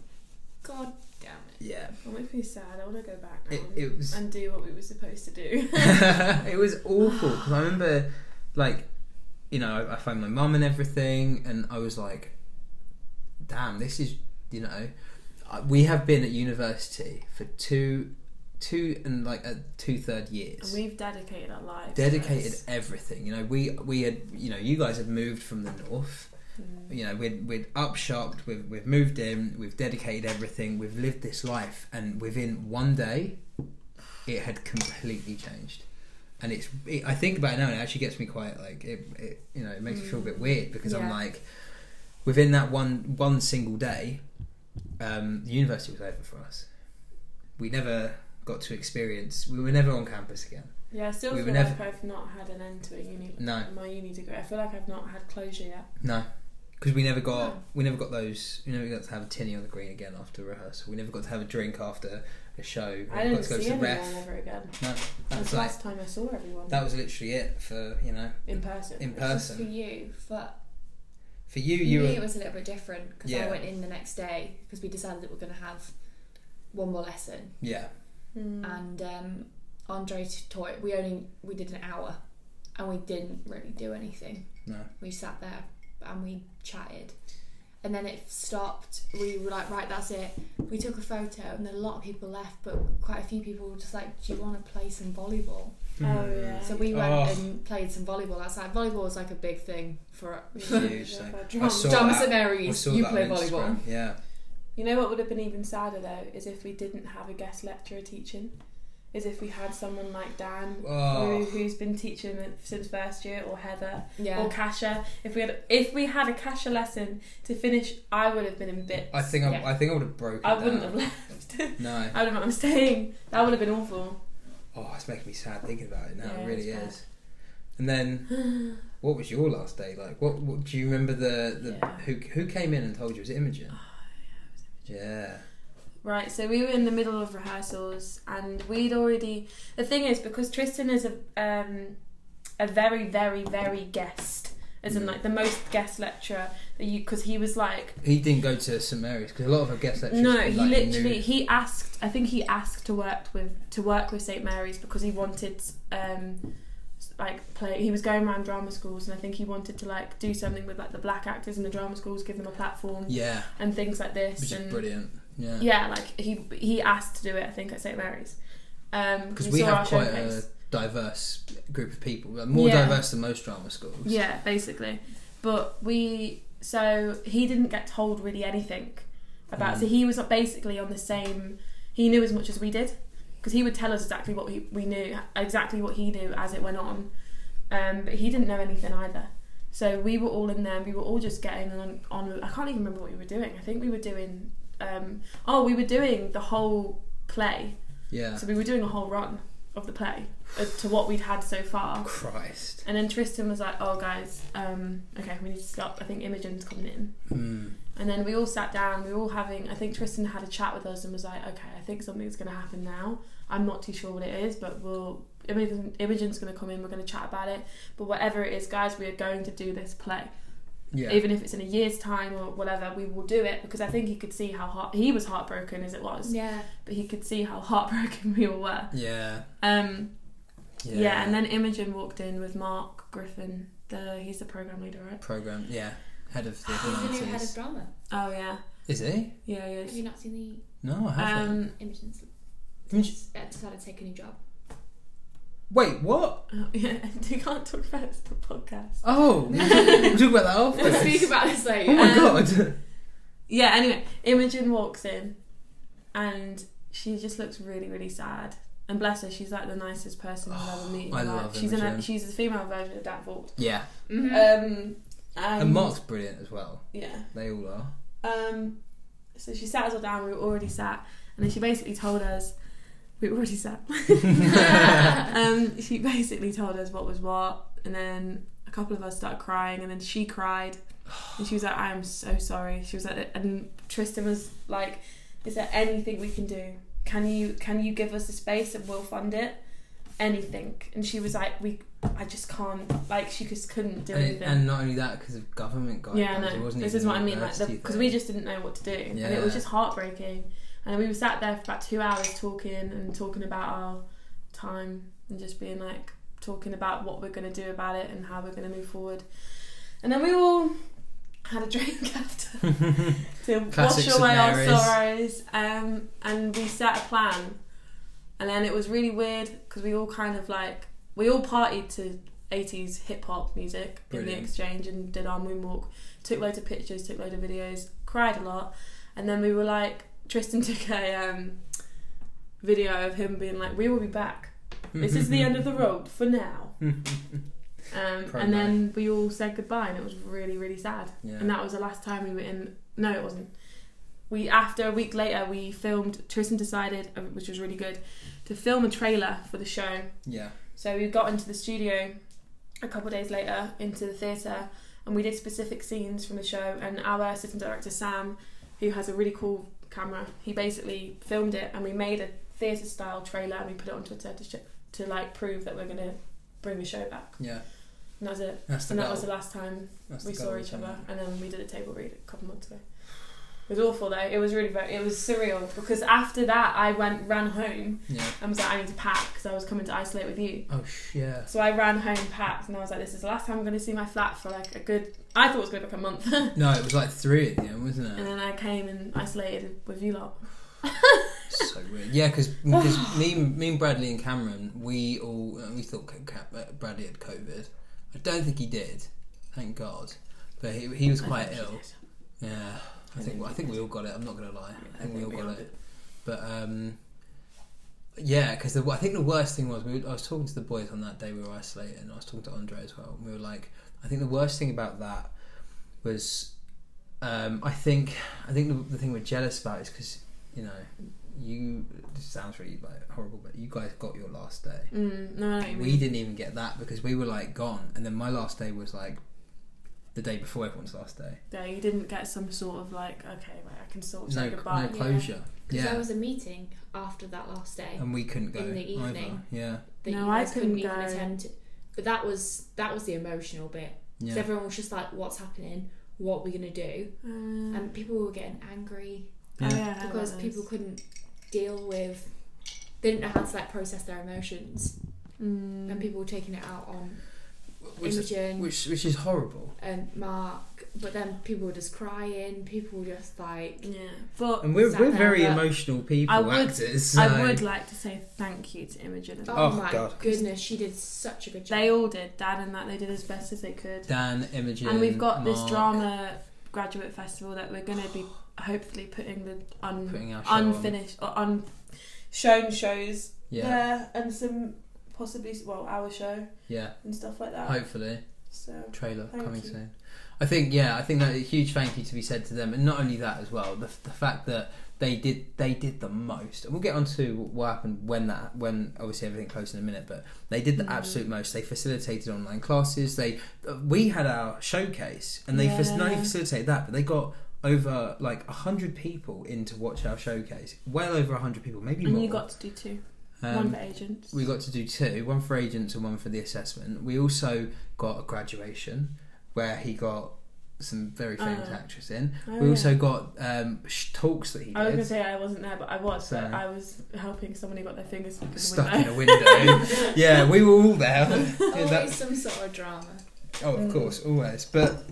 S3: god damn it.
S1: yeah,
S2: That makes me sad. I want to go back now
S1: it it was [LAUGHS]
S2: and do what we were supposed to do.
S1: it was awful because I remember, like, you know, I, I phoned my mum and everything, and I was like, "Damn, this is, you know, I- we have been at university for two, two and like a two third
S2: and
S1: years,
S2: we've dedicated our lives. to
S1: dedicated
S2: this.
S1: everything. You know, we we had, you know, you guys had moved from the north."
S2: Mm.
S1: You know, we'd, we'd upshopped, we've, we've moved in, we've dedicated everything, we've lived this life, and within one day, it had completely changed and it's it, I think about it now and it actually gets me quite like it, it you know it makes me feel a bit weird because I'm
S3: Yeah.
S1: like within that one one single day um, the university was over for us. We never got to experience. We were never on campus again.
S2: Yeah, I still
S1: We
S2: feel
S1: were
S2: like I've not had an end to a uni.
S1: No.
S2: My uni degree. I feel like I've not had closure yet.
S1: No, because we never got
S3: No.
S1: we never got those. We never got to have a tinny on the green again after rehearsal. We never got to have a drink after a show. We
S2: I
S1: never
S2: didn't
S1: got to go
S2: see
S1: to the
S2: anyone
S1: ref.
S2: ever again.
S1: That
S2: That
S1: was
S2: was
S1: like
S2: last time I saw everyone.
S1: that was literally it for you know
S2: in person.
S1: in
S3: Just for
S1: person.
S3: you, but
S1: For you,
S3: for
S1: you
S3: me
S1: were
S3: it was a little bit different because
S1: Yeah.
S3: I went in the next day because we decided that we're going to have one more lesson,
S1: yeah
S2: Mm.
S3: and um, Andre t- taught. We only we did an hour, and we didn't really do anything.
S1: no
S3: we sat there and we chatted and then it stopped we were like right that's it we took a photo and then a lot of people left but quite a few people were just like do you want to play some volleyball
S2: Oh, yeah.
S3: so we went
S1: Oh.
S3: and played some volleyball outside volleyball was like a big thing for
S1: Huge
S2: Yeah,
S1: thing.
S2: but
S1: I
S2: drunk.
S1: saw
S3: Thomas
S1: that.
S3: and
S1: We
S3: Aries
S1: saw
S3: you
S1: that
S3: play
S1: on Instagram.
S3: volleyball
S1: Yeah,
S2: You know what would have been even sadder though is if we didn't have a guest lecturer teaching. Is if we had someone like Dan,
S1: Oh.
S2: who, who's been teaching it since first year, or Heather,
S3: [LAUGHS] yeah
S2: or Kasha. If we had, if we had a Kasha lesson to finish, I would have been in bits.
S1: I think I,
S3: Yeah.
S1: I think I would have broken.
S2: I wouldn't have [LAUGHS]
S1: down.
S2: left.
S1: No.
S2: I would have. I'm staying. That would have been awful.
S1: Oh, it's making me sad thinking about it now.
S2: Yeah,
S1: it really
S2: it's bad.
S1: is. And then,
S2: [SIGHS]
S1: what was your last day like? What, what do you remember? The, the
S2: Yeah. Oh,
S1: who who came in and told you? Was it Imogen? yeah.
S2: Right, so we were in the middle of rehearsals, and we'd already. The thing is, because Tristan is a um, a very, very, very guest, as in
S1: Mm.
S2: like the most guest lecturer that you, because he was like,
S1: He didn't go to St Mary's because a lot of our guest lecturers.
S2: no,
S1: like,
S2: he literally
S1: knew-
S2: he asked. I think he asked to work with to work with St Mary's because he wanted um, like play. He was going around drama schools, and I think he wanted to like do something with like the black actors in the drama schools, give them a platform
S1: Yeah,
S2: and things like this.
S1: which
S2: and
S1: is brilliant. Yeah.
S2: yeah, like he he asked to do it. I think at St Mary's. Um,
S1: Because
S2: he
S1: we
S2: saw our
S1: have quite
S2: showcase.
S1: a diverse group of people, like, more
S2: Yeah.
S1: diverse than most drama schools.
S2: yeah, basically. But we so he didn't get told really anything about. So
S1: Mm.
S2: he was basically on the same. He knew as much as we did because he would tell us exactly what he, we knew, exactly what he knew as it went on. Um, but he didn't know anything either. So we were all in there. and We were all just getting on. on I can't even remember what we were doing. I think we were doing. Um, oh, we were doing the whole play.
S1: Yeah.
S2: So we were doing a whole run of the play as to what we'd had so far.
S1: Christ.
S2: And then Tristan was like, "Oh, guys, um, okay, we need to stop. I think Imogen's coming in."
S1: Hmm.
S2: And then we all sat down. We were all having. I think Tristan had a chat with us and was like, "Okay, I think something's going to happen now. I'm not too sure what it is, but we'll Imogen, Imogen's going to come in. We're going to chat about it. But whatever it is, guys, we are going to do this play,
S1: Yeah.
S2: even if it's in a year's time or whatever. We will do it because I think he could see how heart he was heartbroken as it was,
S3: yeah
S2: but he could see how [LAUGHS] heartbroken we all were.
S1: yeah.
S2: Um,
S1: Yeah.
S2: yeah. and then Imogen walked in with Mark Griffin. The he's the program leader, right?
S1: program. Yeah. Head of
S2: [GASPS] Ah,
S1: the.
S3: he's the new head
S1: humanities.
S3: of drama
S2: Oh yeah,
S1: Is he?
S2: yeah,
S3: have you
S2: yeah.
S3: not seen the
S1: No, I haven't.
S2: Um,
S3: Imogen's
S1: Imogen-
S3: uh, decided to take a new job
S1: Wait, what?
S2: oh, [LAUGHS] yeah, you can't talk about it, it's the podcast.
S1: Oh, we [LAUGHS] talk about that
S3: we'll
S1: afterwards.
S3: speak about this later
S1: Oh my
S2: Um,
S1: god.
S2: Yeah. Anyway, Imogen walks in, and she just looks really, really sad. And bless her, she's like the nicest person I've
S1: [GASPS]
S2: ever met. in my
S1: I
S2: life.
S1: love
S2: she's an
S1: Imogen.
S2: she's a female version of Dan Vault.
S1: Yeah,
S3: Mhm.
S2: Um,
S1: and,
S2: and
S1: Mark's brilliant as well.
S2: Yeah.
S1: They all are.
S2: Um, so she sat us all down. We were already sat, and then she basically told us we were
S1: [LAUGHS]
S2: already sat. um, she basically told us what was what, and then a couple of us started crying, and then she cried, and she was like, "I am so sorry." She was like, and Tristan was like, "Is there anything we can do? Can you can you give us the space and we'll fund it?" Anything, and she was like, "We, I just can't." Like she just couldn't do
S1: And,
S2: anything.
S1: and not only that, because of government guidelines,
S2: Yeah, I
S1: it
S2: know.
S1: wasn't
S2: This
S1: even
S2: is what I mean, like,
S1: university
S2: because
S1: thing.
S2: we just didn't know what to do, and it was
S1: Yeah.
S2: just heartbreaking. And we were sat there for about two hours talking and talking about our time and just being like talking about what we're going to do about it and how we're going to move forward. And then we all had a [LAUGHS]
S1: [LAUGHS]
S2: drink after to
S1: Classic
S2: wash away our
S1: scenarios.
S2: sorrows, um, and we set a plan. And then it was really weird because we all kind of like we all partied to 80s hip hop music in
S1: Brilliant.
S2: the exchange and did our moonwalk, took loads of pictures, took loads of videos, cried a lot, and then we were like Tristan [LAUGHS] took a um, video of him being like, "We will be back. This is the
S1: [LAUGHS]
S2: end of the road for now." Um,
S1: Promo.
S2: and then we all said goodbye, and it was really really sad.
S1: yeah.
S2: And that was the last time we were in. No, it wasn't. we after a week later we filmed. Tristan decided, uh, which was really good, to film a trailer for the show.
S1: Yeah.
S2: So we got into the studio a couple of days later into the theatre and we did specific scenes from the show and our assistant director Sam, who has a really cool camera, he basically filmed it and we made a theatre style trailer and we put it on Twitter to, sh- to like prove that we're gonna bring the show back.
S1: Yeah.
S2: And that was it.
S1: That's the
S2: And that
S1: goal.
S2: was the last time
S1: That's the
S2: we saw
S1: goal,
S2: each
S1: isn't
S2: other
S1: it?
S2: and then we did a table read a couple months ago. It was awful though. It was really very, it was surreal because after that I went ran home
S1: Yeah.
S2: and was like I need to pack because I was coming to isolate with you.
S1: Oh sh- yeah.
S2: So I ran home packed and I was like, this is the last time I'm going to see my flat for like a good, I thought it was going to be like a month. [LAUGHS] and
S1: No, it was like three at the end, wasn't it?
S2: then I came and isolated with you lot.
S1: so weird. Yeah, because me, me and Bradley and Cameron, we all uh, we thought Ca- Ca- uh, Bradley had COVID. I don't think he did. Thank God. But he, he was
S2: [LAUGHS]
S1: quite ill. Yeah, I think I think we all got it. I'm not gonna lie, I think we all got it. But um, yeah, because I think the worst thing was we were, I was talking to the boys on that day we were isolated, and I was talking to Andre as well. And we were like, I think the worst thing about that was, um, I think I think the, the thing we're jealous about is because you know you this sounds really like horrible, but you guys got your last day.
S2: Mm, no, I know what you
S1: We
S2: mean.
S1: didn't even get that because we were like gone, and then my last day was like the day before everyone's last day.
S2: Yeah, you didn't get some sort of like, okay, right, I can sort of
S1: No,
S2: say
S1: no
S2: goodbye.
S1: closure. Yeah,
S3: Because
S1: Um,
S3: there was a meeting after that last day
S1: and we couldn't go
S3: in the
S1: either.
S3: evening.
S1: Yeah,
S3: that
S2: No,
S3: you
S2: I
S3: guys couldn't,
S2: couldn't
S3: even
S2: go.
S3: attend. To. But that was that was the emotional bit.
S1: yeah.
S3: So everyone was just like, "What's happening? What are we gonna do?"
S2: Um,
S3: And people were getting angry
S2: oh,
S1: Yeah.
S2: yeah, I know
S3: because
S2: that
S3: people
S2: is.
S3: couldn't deal with. They didn't know how to like process their emotions,
S2: Mm.
S3: and people were taking it out on
S1: which,
S3: Imogen
S1: which which is horrible.
S3: and Mark. But then people were just crying. People were just like,
S2: Yeah, but
S1: And we're
S3: Zach
S1: we're very
S3: Albert.
S1: emotional people,
S2: I would-
S1: actors.
S2: I
S1: Um, so-
S2: would like to say thank you to Imogen. as well.
S3: "Oh,
S1: Oh,
S3: my
S1: God.
S3: goodness, she did such a good job."
S2: They all did, Dad and that, they did as best as they could.
S1: Dan, Imogen,
S2: and we've got this
S1: Mark,
S2: drama graduate festival that we're going to be hopefully putting the un-
S1: putting our show on.
S2: unfinished or unshown shows
S1: Yeah,
S2: there and some possibly well our show
S1: yeah.
S2: and stuff like that
S1: Hopefully,
S2: so
S1: trailer
S2: Thank
S1: coming
S2: you.
S1: soon. I think yeah, I think that a huge thank you to be said to them, and not only that as well. The, the fact that they did they did the most, and we'll get on to what happened when that when obviously everything closed in a minute, but they did the
S2: Mm.
S1: absolute most. They facilitated online classes. They uh, we had our showcase, and they fac- not only
S2: Yeah.
S1: facilitated that, but they got over like hundred people in to watch our showcase. Well over hundred people, maybe
S2: and
S1: more.
S2: you got to do two
S1: Um,
S2: one for agents
S1: we got to do two, one for agents and one for the assessment. We also got a graduation where he got some very famous
S2: Oh.
S1: actress in.
S2: Oh,
S1: we
S2: yeah.
S1: also got um, sh- talks that he
S2: I was gonna
S1: did
S2: say I wasn't there, but I was.
S1: So-
S2: but I was helping someone who got their fingers stuck in the
S1: stuck in
S2: window.
S1: a window. yeah, we were all there. Yeah,
S3: Always
S1: that-
S3: some sort of drama.
S1: oh, of
S2: Mm.
S1: course, always. But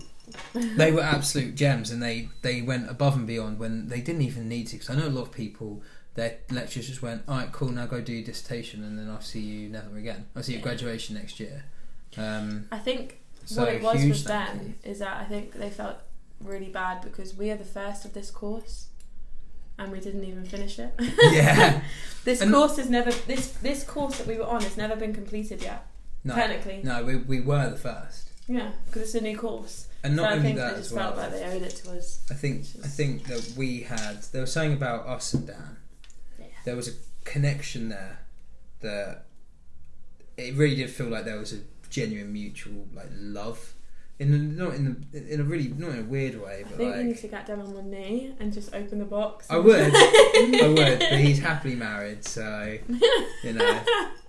S1: they were absolute gems, and they they went above and beyond when they didn't even need to. Because I know a lot of people. Their lecturers just went, all right, cool. Now go do your dissertation, and then I'll see you never again. I'll see you at
S2: Yeah.
S1: graduation next year. Um,
S2: [LAUGHS] I think
S1: so
S2: what it was
S1: huge
S2: with
S1: thank you.
S2: them is that I think they felt really bad because we are the first of this course, and we didn't even finish it. [LAUGHS]
S1: yeah.
S2: This
S1: And-
S2: course has never this this course that we were on has never been completed yet.
S1: No,
S2: Technically,
S1: no, we, we were the first,
S2: yeah, because it's a new course.
S1: and not
S2: so I
S1: only
S2: think
S1: that
S2: they
S1: as
S2: just
S1: well.
S2: felt like they owed it to us.
S1: I think
S2: Which is-
S1: I think that we had there was something about us and Dan.
S3: Yeah.
S1: There was a connection there that it really did feel like there was a genuine mutual like love. In a, not in the, in a really not in a weird way,
S2: I
S1: but
S2: think
S1: like
S2: you need to get down on one knee and just open the box.
S1: I
S2: [LAUGHS]
S1: would, I would, but he's happily married, so you
S2: [LAUGHS]
S1: know.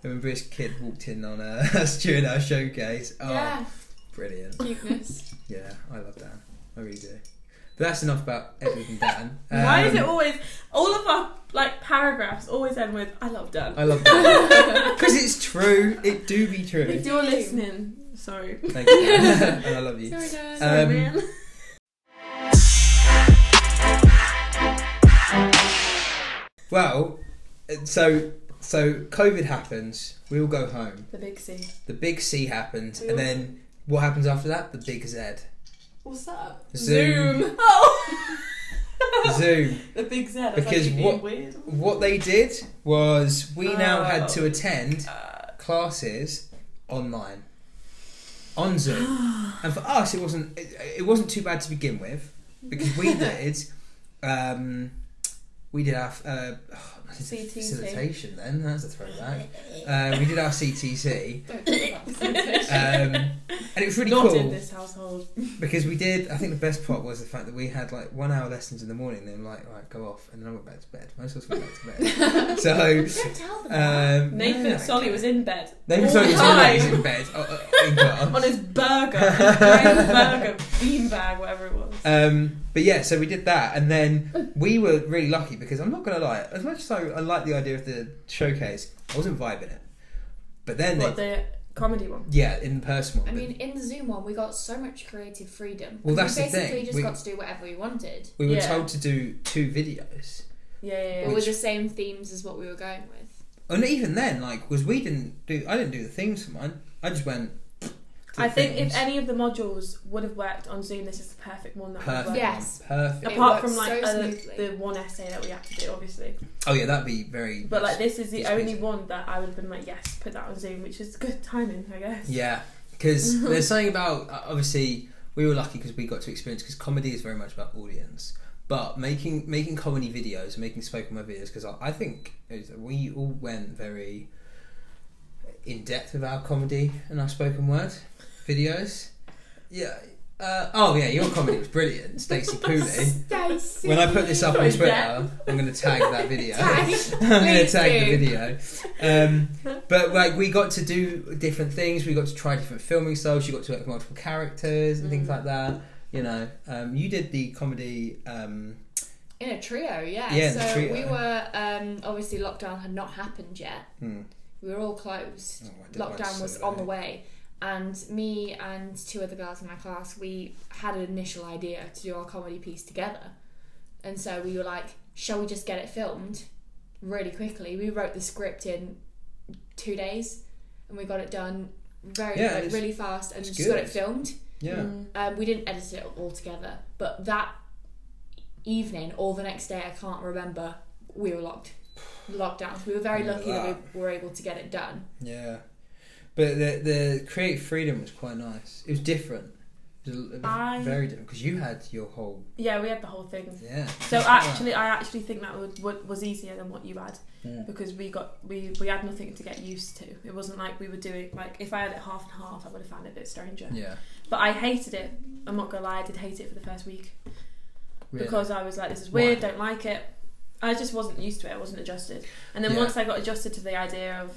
S1: Remember his kid walked in on us [LAUGHS] during our showcase. Oh,
S3: Yeah,
S1: brilliant!
S3: cuteness.
S1: [LAUGHS] Yeah, I love Dan. I really do. But that's enough about everything
S2: [LAUGHS]
S1: Dan.
S2: Why is it
S1: Um,
S2: always all of our like paragraphs always end with "I love Dan"?
S1: I
S2: [LAUGHS]
S1: love [LAUGHS] Dan because it's true. It do be true.
S2: If [LAUGHS] you're listening, sorry,
S1: Thank you, Dan. [LAUGHS] and I love you.
S3: Sorry, guys.
S1: Uh,
S2: sorry,
S1: Um,
S2: man.
S1: Well, uh, so so COVID happens. We all go home.
S2: The big C.
S1: The big C happens,
S2: We
S1: and
S2: all-
S1: then what happens after that? The big Z.
S2: [LAUGHS] What's that?
S1: Zoom.
S2: Oh, [LAUGHS]
S1: Zoom.
S2: the big Z. I was
S1: Because
S2: like, you
S1: what-
S2: being weird.
S1: What they did was we now had to
S2: Oh.
S1: attend
S2: Uh,
S1: classes online on
S2: [GASPS] [LAUGHS]
S1: Zoom, and for us it wasn't it, it wasn't too bad to begin with because we did um, we did our uh, [SIGHS] oh,
S2: CTC.
S1: facilitation. Then that's a throwback. Uh, we did our
S2: [LAUGHS]
S1: CTC, [LAUGHS] um, and it was really
S2: Not
S1: cool
S2: in this household.
S1: because we did. I think the best part was the fact that we had like one hour lessons in the morning. and Then like, all right, go off, and then I went back to bed. Most of us went back to bed.
S2: [LAUGHS]
S1: So.
S3: Don't tell them.
S1: Um,
S2: Nathan
S1: no.
S2: Solly was in bed
S1: Nathan
S2: all
S1: Solly was
S2: the
S1: always
S2: time.
S1: in bed uh, uh, in
S2: [LAUGHS]
S1: class.
S2: on his
S1: [LAUGHS]
S2: burger, his giant burger, beanbag, whatever it was.
S1: Um, but yeah, so we did that, and then we were really lucky because I'm not gonna lie, as much as I, I like the idea of the showcase, I wasn't vibing it. But then,
S2: what
S1: they,
S2: the comedy one?
S1: yeah, in person one,
S3: I
S1: but
S3: mean, in the Zoom one, we got so much creative freedom.
S1: Well,
S3: We
S1: that's the thing,
S3: basically just
S1: we-
S3: got to do whatever we wanted.
S1: we were
S2: yeah.
S1: told to do two videos,
S2: Yeah, yeah,
S3: But
S2: yeah.
S1: Which-
S3: with the same themes as what we were going with.
S1: and even then, like, was we didn't do, I didn't do the themes for mine. I just went. to the
S2: I think
S1: themes.
S2: if any of the modules would have worked on Zoom, this is the perfect one that
S1: perfect,
S2: would work.
S1: one,
S3: Yes.
S1: perfect.
S3: It
S2: Apart
S3: works
S2: from like
S3: so
S2: other,
S3: smoothly.
S2: the one essay that we had to do, obviously.
S1: Oh yeah, that'd be very.
S2: But like this is the
S1: It's
S2: only
S1: busy.
S2: one that I would have been like, yes, put that on Zoom, which is good timing, I guess.
S1: Yeah,
S3: [LAUGHS]
S1: because there's something about uh, obviously we were lucky because we got to experience because comedy is very much about audience. But making making comedy videos, making spoken word videos, because I, I think it's- we all went very in depth with our comedy and our spoken word videos. Yeah. Uh, oh yeah, your comedy was brilliant, Stacey
S3: [LAUGHS]
S1: Pooley.
S3: Stacey.
S1: When I put this up on
S2: Sorry,
S1: Twitter,
S2: Jack.
S1: I'm going to tag that video.
S3: Tag.
S1: [LAUGHS] I'm going to
S3: Please
S1: tag the
S3: do.
S1: video.
S2: [LAUGHS]
S1: Um, but like, we got to do different things. We got to try different filming styles. You got to work with multiple characters and
S2: Mm.
S1: things like that. You know, um, you did the comedy. Um,
S3: In a trio, yeah.
S1: Yeah, in a
S3: so
S1: trio.
S3: we were um, obviously lockdown had not happened yet.
S1: hmm,
S3: We were all closed.
S1: oh, I did watch
S3: lockdown was
S1: some
S3: on the
S1: of
S3: way, and me and two other girls in my class we had an initial idea to do our comedy piece together, and so we were like, "Shall we just get it filmed?" Really quickly, we wrote the script in two days, and we got it done very
S1: Yeah,
S3: like,
S1: it's-
S3: really fast, and
S1: it's
S3: just got
S1: good.
S3: it filmed.
S1: it. Yeah.
S2: Mm.
S3: Um, we didn't edit it all together, but that evening or the next day, I can't remember. We were locked, locked down. We were very
S1: Look at
S3: lucky that we were able to get it done.
S1: Yeah. But the the creative freedom was quite nice. It was different. It was a-
S2: I-
S1: very different because you had your whole
S2: Yeah, we had the whole thing.
S1: yeah.
S2: So actually, I actually think that would, would, was easier than what you had
S1: Yeah.
S2: because we got we we had nothing to get used to. It wasn't like we were doing like if I had it half and half, I would have found it a bit stranger.
S1: yeah.
S2: But I hated it. I'm not gonna lie, I did hate it for the first week
S1: Really.
S2: because I was like, this is
S1: Why?
S2: weird, don't like it. I just wasn't used to it. I wasn't adjusted. And then
S1: Yeah.
S2: once I got adjusted to the idea of,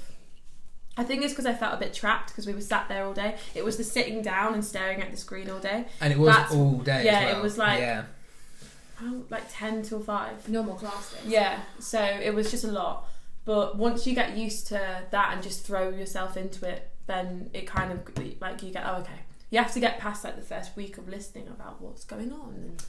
S2: I think it's because I felt a bit trapped because we were sat there all day. It was the sitting down and staring at the screen all day.
S1: and it was
S2: that's-
S1: all day. as
S2: yeah, it
S1: well.
S2: was like-
S1: yeah.
S2: How like ten till five.
S3: normal class days.
S2: Yeah, so it was just a lot. But once you get used to that and just throw yourself into it, then it kind of like you get oh okay. You have to get past like the first week of listening about what's going on and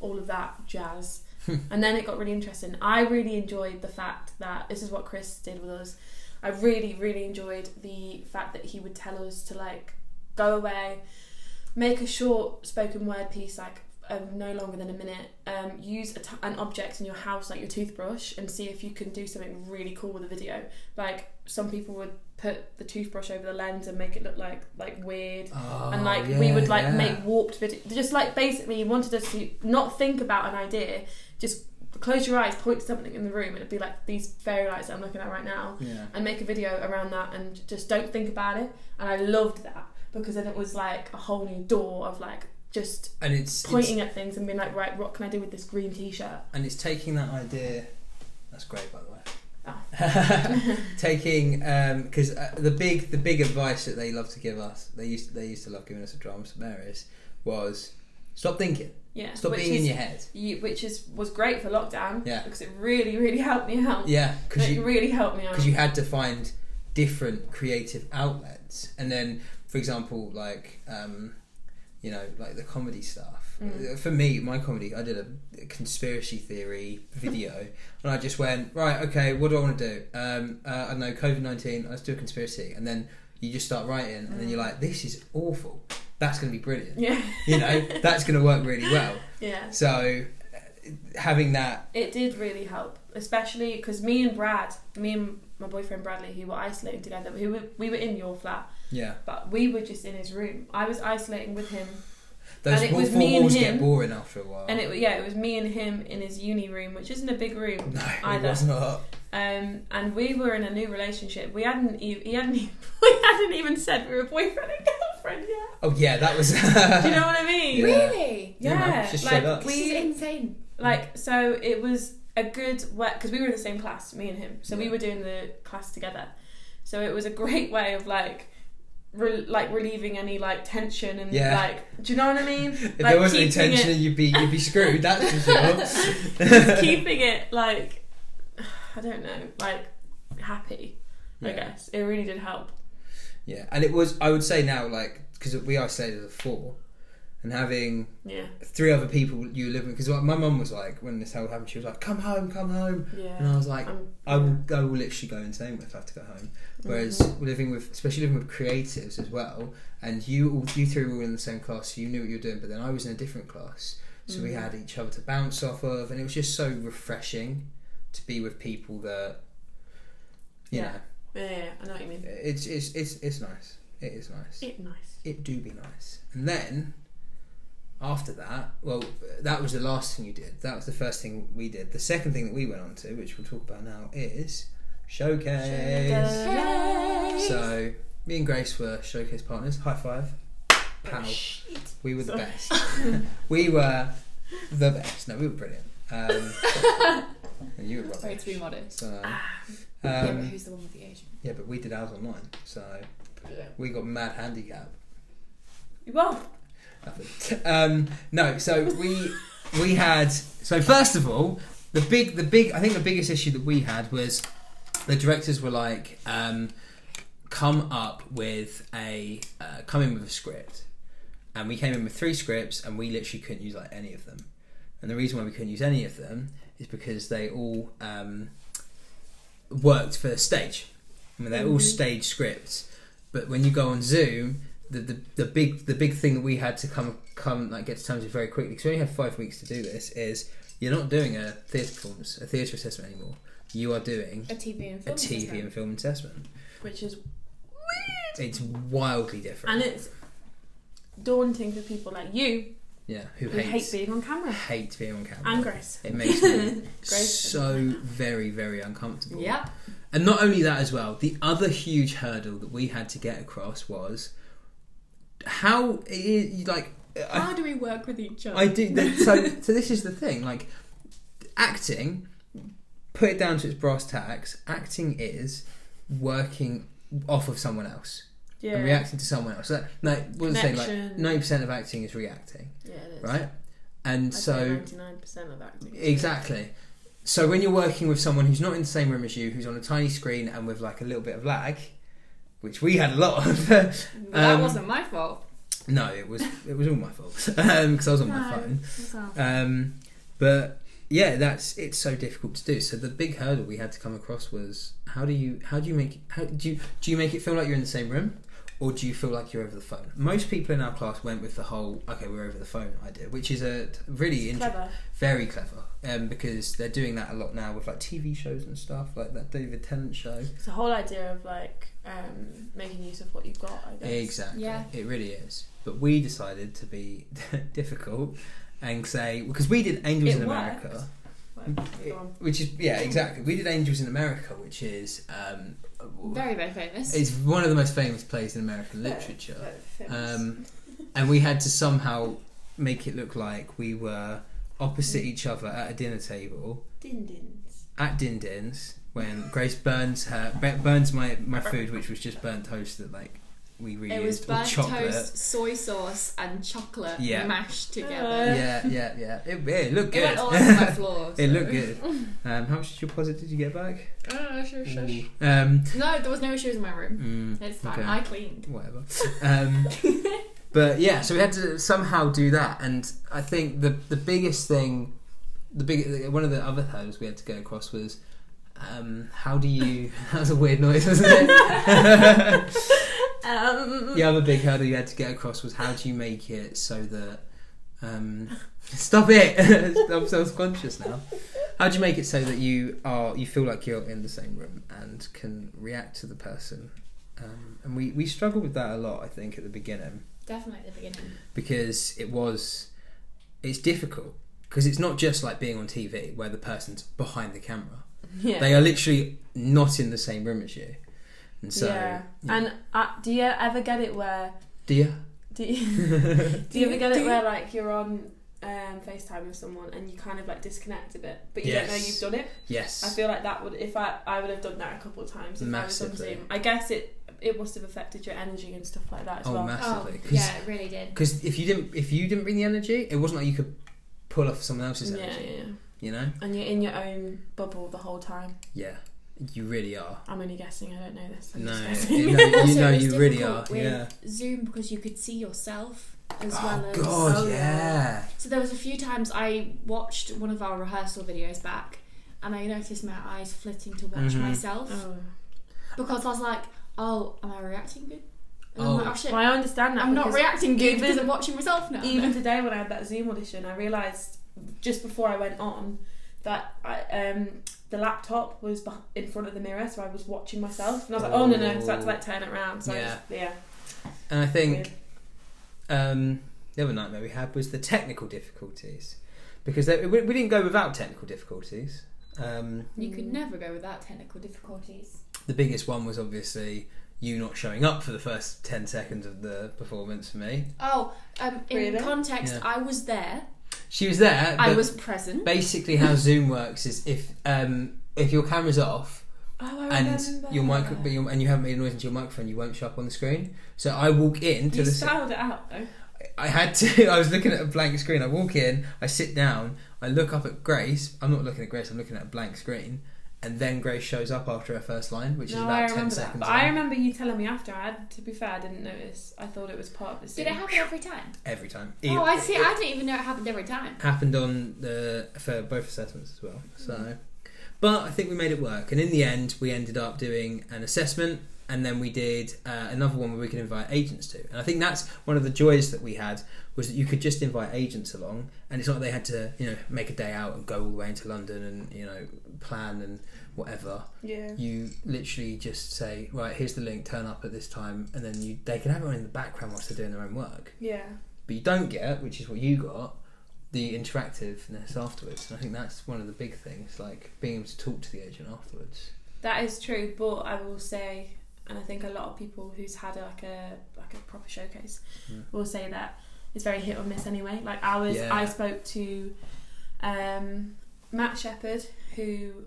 S2: all of that jazz. and then it got really interesting. I really enjoyed the fact that this is what Chris did with us. I really, really enjoyed the fact that he would tell us to like go away, make a short spoken word piece like um, no longer than a minute. Um, use a t- an object in your house like your toothbrush and see if you can do something really cool with a video. Like some people would put the toothbrush over the lens and make it look like like weird.
S1: Oh,
S2: And like
S1: yeah,
S2: we would like
S1: yeah.
S2: make warped video, just like basically you wanted us to not think about an idea, just close your eyes, point to something in the room, and it'd be like these fairy lights that I'm looking at right now,
S1: Yeah.
S2: and make a video around that and just don't think about it. And I loved that because then it was like a whole new door of like just
S1: And it's, it's
S2: pointing at things and being like, right, what can I do with this green t-shirt?
S1: and it's taking that idea. That's great, by the way.
S2: Oh.
S1: [LAUGHS] taking because uh, the big the big advice that they love to give us they used they used to love giving us at drama Samaris was stop thinking
S2: Yeah,
S1: stop
S2: which
S1: being
S2: is,
S1: in your head
S2: you- which is was great for lockdown.
S1: Yeah.
S2: because it really really helped me out.
S1: yeah because
S2: it
S1: you
S2: really helped me out.
S1: because you had to find different creative outlets and then for example like um you know like the comedy stuff
S2: Mm.
S1: for me my comedy i did a conspiracy theory
S2: [LAUGHS]
S1: video and i just went right okay what do i want to do um uh, i don't know covid-19 let's do a conspiracy and then you just start writing and then you're like this is awful that's going to be brilliant
S2: yeah,
S1: you know that's going to work really well
S2: [LAUGHS] yeah.
S1: so uh, having that
S2: It did really help, especially because me and Brad, me and my boyfriend Bradley, who were isolating together, we were, we were in your flat,
S1: yeah
S2: but we were just in his room. I was isolating with him
S1: Those
S2: And it
S1: wall-
S2: was
S1: four
S2: me and
S1: walls
S2: him.
S1: get boring after a while.
S2: And it yeah, it was me and him in his uni room, which isn't a big room.
S1: no, it
S2: either.
S1: was not.
S2: Um, and we were in a new relationship. We hadn't e- he hadn't [LAUGHS] e- we hadn't even said we were boyfriend and girlfriend yet.
S1: Oh yeah, that was. [LAUGHS]
S2: Do you know what I mean?
S1: Yeah.
S3: Really?
S1: Yeah, man,
S2: Yeah,
S1: just
S2: like,
S1: shut up.
S2: we-
S3: this is insane.
S2: Like so, it was a good way because we were in the same class, me and him. So we
S1: Yeah.
S2: were doing the class together. So it was a great way of like. Re- like relieving any like tension and
S1: Yeah.
S2: like do you know what I mean?
S1: If
S2: like
S1: there wasn't any
S2: keeping it-
S1: tension, you'd be you'd be screwed. That's for
S2: [LAUGHS] Just
S1: sure. [LAUGHS]
S2: keeping it like [SIGHS] I don't know, like happy. I
S1: Yeah.
S2: guess it really did help.
S1: Yeah, and it was. I would say now, like, because we isolated at four, and having
S2: Yeah,
S1: three other people you live with. Because like, my mum was like, when this whole happened, she was like, "Come home, come home," and
S2: yeah.
S1: I was like,
S2: Um, Mm-hmm.
S1: "I will, I will literally go insane if I have to go home." Whereas living with, especially living with creatives as well, and you all, you three were all in the same class, so you knew what you were doing. But then I was in a different class, so we
S2: Mhm.
S1: had each other to bounce off of, and it was just so refreshing to be with people that, you
S2: Yeah. yeah, yeah, yeah, I know what you
S1: know,
S2: mean.
S1: it's it's it's it's nice. It is nice
S2: It nice.
S1: it do be nice. And then after that, well, that was the last thing you did. That was the first thing we did. The second thing that we went on to, which we'll talk about now, is showcase.
S3: Showcase.
S1: So me and Grace were showcase partners. High five.
S3: Oh,
S1: Pow. We were the
S2: Sorry.
S1: best. [LAUGHS] we were the best. No, we were brilliant. Um,
S3: [LAUGHS]
S1: and you were rubbish.
S3: Sorry to be Ah. modest.
S1: So,
S3: yeah, but
S1: um,
S3: who's the one with the Asian?
S1: yeah, but we did ours online, so we got mad handicap.
S2: Well,
S1: Nothing. Um, no, so we we had so first of all the big the big I think the biggest issue that we had was the directors were like um, come up with a uh, come in with a script and we came in with three scripts and we literally couldn't use like any of them and the reason why we couldn't use any of them is because they all um, worked for stage I mean they're all stage scripts but when you go on Zoom the, the, the big the big thing that we had to come come like get to terms with very quickly because we only have five weeks to do this is you're not doing a theatre performance a theatre assessment anymore you are doing
S3: A TV and
S1: a
S3: film.
S1: TV and film assessment
S2: which is
S1: it's wildly different
S2: and it's daunting for people like you
S1: yeah who
S2: who hate
S1: hates
S2: being on camera
S1: hate being on camera
S2: and Grace.
S1: it makes
S2: [LAUGHS]
S1: me
S2: Grace.
S1: so very very uncomfortable
S3: Yep.
S1: And not only that as well, the other huge hurdle that we had to get across was how it is like I,
S3: How do we work with each other?
S1: I do that, so
S2: [LAUGHS]
S1: so this is the thing like acting put it down to its brass tacks acting is working off of someone else
S2: Yeah,
S1: and reacting to someone else like, like what was I saying like
S2: Connection.
S1: 90% of acting is reacting
S2: yeah, it is.
S1: right and
S2: I'd
S1: so
S2: say ninety-nine percent of acting.
S1: Exactly. So when you're working with someone who's not in the same room as you, who's on a tiny screen and with like a little bit of lag, which we had a lot of. [LAUGHS]
S3: Well, that
S1: Um,
S3: wasn't my fault.
S1: no, it was it was all my fault [LAUGHS] because I was on my
S3: No.
S1: phone. Um, but yeah, that's it's so difficult to do. So the big hurdle we had to come across was how do you how do you make how do you do you make it feel like you're in the same room, or do you feel like you're over the phone? Most people in our class went with the whole okay we're over the phone idea, which is a really interesting
S2: Clever.
S1: very clever um, because they're doing that a lot now with like TV shows and stuff like that David Tennant show.
S2: It's the whole idea of like um, making use of what you've got. I guess.
S1: Exactly,
S3: Yeah.
S1: it really is. But we decided to be [LAUGHS] difficult and say because we did Angels
S2: It
S1: in
S2: worked.
S1: America,
S2: Like, go on.
S1: which is yeah exactly we did Angels in America, which is um,
S3: Very, very famous.
S1: it's one of the most famous plays in American literature. Um, and we had to somehow make it look like we were opposite each other at a dinner table
S2: Din
S1: [LAUGHS]
S2: dins.
S1: at Din Din's when Grace burns her b- burns my, my food, which was just burnt toast that like we reused
S3: It was
S1: or
S3: burnt
S1: chocolate.
S3: toast, soy sauce, and chocolate
S1: Yeah.
S3: mashed
S2: Uh,
S3: together.
S1: Yeah, yeah, yeah. It, it looked
S3: It
S1: good.
S3: went all over
S1: [LAUGHS]
S3: my floor.
S1: It
S3: so-
S1: looked good.
S3: [LAUGHS]
S1: Um, how much of your deposit did you get back?
S3: Oh, shush, shush.
S1: Um,
S3: No, there was no issues in my room.
S1: mm,
S3: It's fine.
S1: Okay.
S3: I cleaned.
S1: whatever. Um, but yeah, so we had to somehow do that, and I think the the biggest thing, the big one of the other hurdles we had to go across was. Um, how do you? [LAUGHS] That was a weird noise, wasn't it?
S2: Um,
S1: the other big hurdle you had to get across was how do you make it so that um, stop it [LAUGHS] i'm self-conscious now how do you make it so that you are you feel like you're in the same room and can react to the person um, and we we struggled with that a lot i think at the beginning
S3: Definitely at the beginning.
S1: because it was it's difficult because it's not just like being on TV where the person's behind the camera.
S2: Yeah.
S1: They are literally not in the same room as you. And so
S2: yeah.
S1: yeah.
S2: And uh, do you ever get it where
S1: do
S2: [LAUGHS]
S1: you?
S2: do you,
S1: [LAUGHS]
S2: do you ever get it where like you're on um, FaceTime with someone and you kind of like disconnect a bit, but you don't know
S1: Yes.
S2: you've done it? I
S1: Yes.
S2: feel like that would if I I would have done that a couple of times if I was on
S1: Massively.
S2: Zoom. I guess it it must have affected your energy and stuff like that as
S1: Oh,
S2: well.
S1: massively.
S3: Oh,
S1: 'Cause-
S3: yeah, it really did.
S1: Because if you didn't if you didn't bring the energy, it wasn't like you could pull off someone else's
S2: yeah,
S1: energy.
S2: yeah, yeah.
S1: You know?
S2: And you're in your own bubble the whole time.
S1: Yeah. You really are.
S2: I'm only guessing. I don't know this. I'm
S1: No, [LAUGHS]
S2: just
S1: you
S2: guessing.
S1: know, you,
S3: Also,
S1: know,
S3: it's
S1: you really are.
S3: difficult with
S1: Yeah.
S3: Zoom because you could see yourself as well
S1: Oh
S3: as.
S1: God,
S2: Oh,
S1: yeah.
S2: yeah.
S3: So there was a few times I watched one of our rehearsal videos back, and I noticed my eyes flitting to watch
S1: Mhm.
S2: [LAUGHS]
S3: myself
S2: oh.
S3: because I was like, "Oh, am I reacting good?" And I'm like,
S1: Oh.
S3: "Oh shit,
S2: Well, I understand that.
S3: I'm not
S2: because
S3: reacting good
S2: even-
S3: because I'm watching myself now."
S2: Even today, when I had that Zoom audition, I realised just before I went on that I, um, the laptop was beh- in front of the mirror, so I was watching myself, and I was like, "Oh, no, no!" So I had to like turn it around. So
S1: Yeah.
S2: I just, yeah,
S1: And I think
S2: weird.
S1: um, the other nightmare we had was the technical difficulties because they, we, we didn't go without technical difficulties. Um,
S3: [LAUGHS] you could
S2: Mm.
S3: never go without technical difficulties.
S1: the biggest one was obviously you not showing up for the first 10 seconds of the performance for me.
S3: Oh, um, in
S2: Really?
S3: context,
S1: Yeah.
S3: I was there.
S1: She was there.
S3: I
S1: but
S3: was present.
S1: basically how Zoom works is if um, if your camera's off
S2: Oh, I
S1: and
S2: remember.
S1: your mic but your, and you haven't made a noise into your microphone, you won't show up on the screen. So I walk in to
S2: You
S1: the
S2: sound it out though.
S1: I had to. [LAUGHS] I was looking at a blank screen. I walk in, I sit down, I look up at Grace. I'm not looking at Grace. I'm looking at a blank screen, and then Grace shows up after her first line, which is
S2: no,
S1: about
S2: I
S1: ten
S2: remember that.
S1: seconds.
S2: But I
S1: in.
S2: remember you telling me after. I had, to be fair, I didn't notice. I thought it was part of the Zoom.
S3: Did it happen every time?
S1: every time.
S3: Oh, I
S1: It-
S3: see.
S1: it
S3: I didn't even know it happened every time.
S1: happened on the for both assessments as well. So, but I think we made it work, and in the end, we ended up doing an assessment. And then we did uh, another one where we could invite agents to, and I think that's one of the joys that we had was that you could just invite agents along, and it's not like they had to, you know, make a day out and go all the way into London and you know plan and whatever.
S2: Yeah.
S1: You literally just say, right, here's the link, turn up at this time, and then you they can have it on in the background whilst they're doing their own work
S2: Yeah.
S1: but you don't get, which is what you got, the interactiveness afterwards. And I think that's one of the big things, like being able to talk to the agent afterwards.
S2: That is true, but I will say, and I think a lot of people who's had a, like a like a proper showcase
S1: Yeah.
S2: will say that it's very hit or miss anyway. Like I was,
S1: Yeah.
S2: I spoke to um, Matt Shepherd, who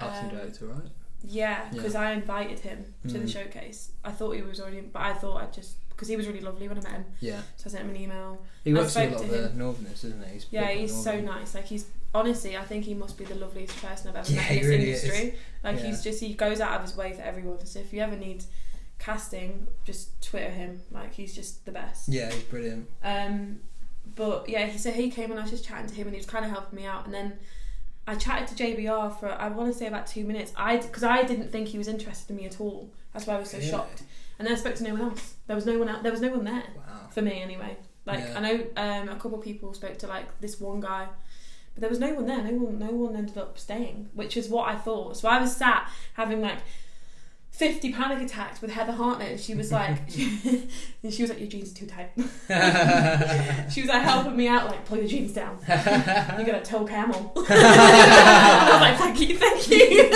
S1: Arts and
S2: Um,
S1: director, right?
S2: yeah,
S1: Yeah.
S2: because I invited him to the
S1: Mm.
S2: showcase. I thought he was already, but I thought I'd just because he was really lovely when I met him,
S1: Yeah.
S2: so I sent him an email.
S1: He
S2: I
S1: works with a
S2: spoke
S1: lot of
S2: to
S1: the Northerners, isn't he? He's
S2: Yeah,
S1: big on
S2: he's so
S1: Northern.
S2: nice. Like he's honestly, I think he must be the loveliest person I've ever
S1: Yeah,
S2: met
S1: he
S2: in this
S1: really
S2: industry. Like
S1: Yeah.
S2: he's just he goes out of his way for everyone. So if you ever need casting, just Twitter him. Like he's just the best.
S1: Yeah, he's brilliant.
S2: Um, but yeah, he so he came and I was just chatting to him and he was kind of helping me out. And then I chatted to JBR for I want to say about two minutes. I because I didn't think he was interested in me at all. That's why I was so
S1: Really?
S2: shocked. And then I spoke to no one else. There was no one out. There was no one there
S1: Wow.
S2: for me anyway. Like
S1: Yeah.
S2: I know um, a couple of people spoke to like this one guy, but there was no one there. No one, no one ended up staying, which is what I thought. So I was sat having like fifty panic attacks with Heather Hartnett. And she was like,
S1: [LAUGHS]
S2: [LAUGHS] she, and she was like, your jeans are too tight. [LAUGHS] she
S1: [LAUGHS]
S2: was like helping me out, like pull your jeans down. You're gonna
S1: [LAUGHS]
S2: toe camel. [LAUGHS] I was like, thank you, thank you.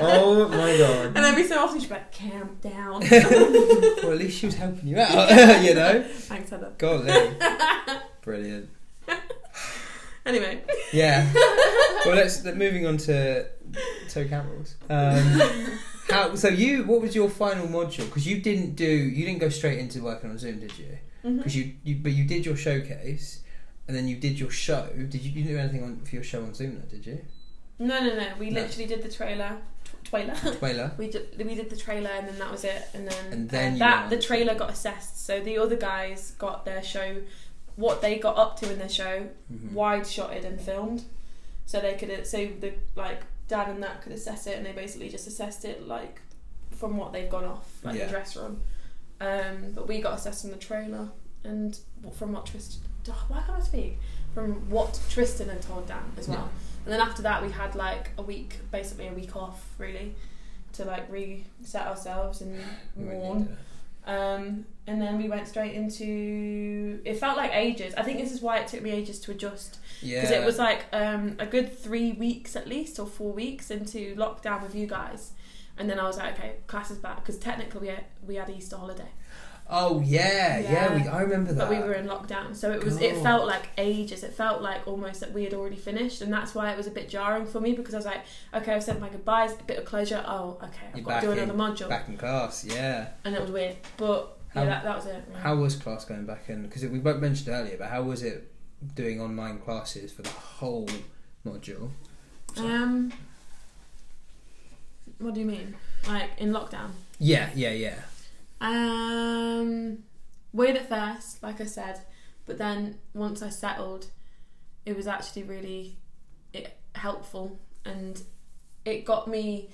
S1: oh my god.
S2: And every so often she'd be like, calm
S1: [LAUGHS]
S2: down. [LAUGHS]
S1: well, at least she was helping you out, [LAUGHS] you know?
S2: [LAUGHS] Thanks, Heather. [LAUGHS]
S1: Golly. Brilliant.
S2: Anyway, [LAUGHS]
S1: Yeah. Well, let's let- moving on to toe camels. Um,
S2: [LAUGHS]
S1: how, so you, what was your final module? Because you didn't do, you didn't go straight into working on Zoom, did you?
S2: Mm-hmm.
S1: Because you, you, but you did your showcase, and then you did your show. Did you, you didn't do anything on, for your show on Zoom, though, did
S2: [LAUGHS]
S1: you?
S2: no, no, no. We
S1: No.
S2: literally did the trailer, tw- trailer.
S1: Trailer.
S2: We did, we did the trailer and then that was it and then,
S1: And then
S2: uh,
S1: you
S2: that
S1: went
S2: the
S1: on to-
S2: trailer got assessed so the other guys got their show what they got up to in their show
S1: Mhm.
S2: wide shotted and filmed so they could so the like Dan and that could assess it and they basically just assessed it like from what they've gone off like
S1: Yeah.
S2: the dress run um, but we got assessed on the trailer and w- from what Tristan why can't I speak from what Tristan had told Dan as well and then after that we had like a week basically a week off really to like reset ourselves and
S1: We won't
S2: mourn
S1: need
S2: Um, and then we went straight into. It felt like ages. I think this is why it took me ages to adjust
S1: Yeah.
S2: because it was like um, a good three weeks at least or four weeks into lockdown with you guys, and then I was like, okay, class is back because technically we had, we had Easter holiday,
S1: Oh yeah, yeah.
S2: Yeah.
S1: we, I remember that.
S2: but we were in lockdown, so it was it
S1: God.
S2: felt like ages. It felt like almost that we had already finished, and that's why it was a bit jarring for me because I was like, okay, I've sent my goodbyes, a bit of closure. Oh, okay, I've
S1: You're
S2: got to do
S1: back in-
S2: another module,
S1: back in class. Yeah.
S2: and it was weird, but.
S1: How-
S2: yeah, that, that was it.
S1: How was class going back in? Because we both mentioned earlier, but how was it doing online classes for the whole module?
S2: Um, what do you mean? Like in lockdown?
S1: Yeah, yeah, yeah.
S2: Um, weird at first, like I said, but then once I settled, it was actually really it, helpful, and it got me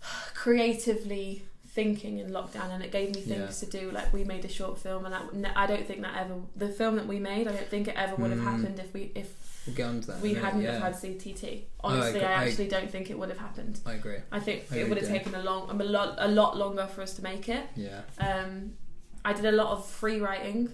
S2: [SIGHS] creatively thinking in lockdown, and it gave me things to do. Like we made a short film, and that, ne- I don't think that ever the film that we made, I don't think it ever would have
S1: Mm.
S2: happened if we if
S1: We'll get onto that. in a
S2: we
S1: minute,
S2: hadn't
S1: yeah. Oh,
S2: have had CTT.
S1: I
S2: Honestly,
S1: agree.
S2: I,
S1: I-
S2: actually don't think it would have happened.
S1: I agree.
S2: I think
S1: I
S2: it would have
S1: agree.
S2: taken a long, a lot, a lot longer for us to make it.
S1: Yeah.
S2: Um, I did a lot of free writing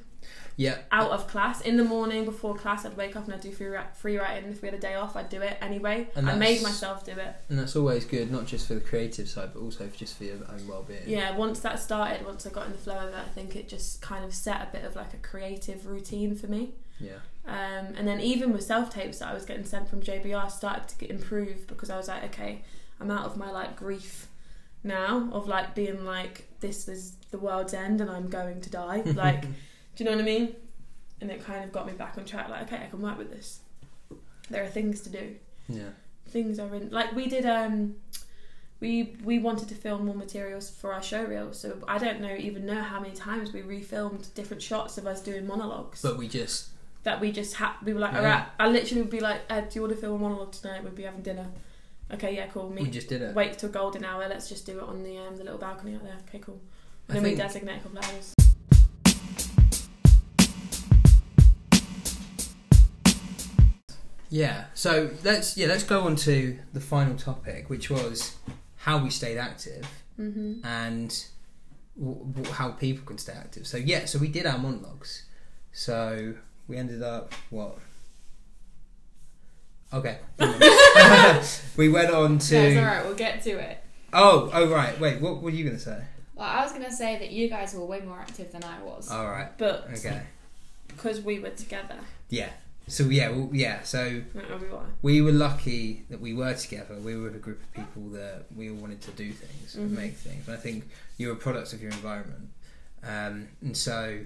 S1: Yeah.
S2: out of class. In the morning before class, I'd wake up and I'd do free, ri- free writing. If we had a day off, I'd do it anyway.
S1: And
S2: I made
S1: that's-
S2: myself do it.
S1: And that's always good, not just for the creative side, but also for just for your own well-being.
S2: Yeah, once that started, once I got in the flow of it, I think it just kind of set a bit of like a creative routine for me.
S1: Yeah.
S2: Um, and then even with self tapes that I was getting sent from JBR, I started to get improved because I was like, okay, I'm out of my like grief now of like being like this is the world's end and I'm going
S1: [LAUGHS]
S2: to die. [LAUGHS] Like, do you know what I mean? And it kind of got me back on track. Like, okay, I can work with this. There are things to do.
S1: Yeah.
S2: Things are in like we did. Um, we we wanted to film more materials for our show reel, so I don't know even know how many times we refilmed different shots of us doing monologues
S1: But we just
S2: that we just had. We were like,
S1: Yeah.
S2: alright. I literally would be like, Ed, do you want to film a monologue tonight? We'd be having dinner. Okay, yeah, cool.
S1: we
S2: Meet.
S1: just did it.
S2: [LAUGHS] Wait till golden hour. Let's just do it on the um, the little balcony out there. Okay, cool.
S1: I
S2: And then we
S1: think-
S2: designate a couple of
S1: [LAUGHS]
S2: hours.
S1: Yeah. So let's yeah let's go on to the final topic, which was how we stayed active
S2: Mm-hmm.
S1: and w- w- how people can stay active. So yeah, so we did our monologues. So we ended up what? Okay. [LAUGHS] we went on to.
S3: That's alright, we'll get to it.
S1: Oh, oh right. Wait, what were you gonna say?
S3: Well, I was going to say that you guys were way more active than I was.
S1: All right.
S2: But
S1: Okay.
S2: because we were together,
S1: Yeah. So yeah, well, yeah. So
S2: like, we were.
S1: we were lucky that we were together. We were with a group of people that we all wanted to do things and
S2: Mhm.
S1: make things. And I think you're a product of your environment. Um, and so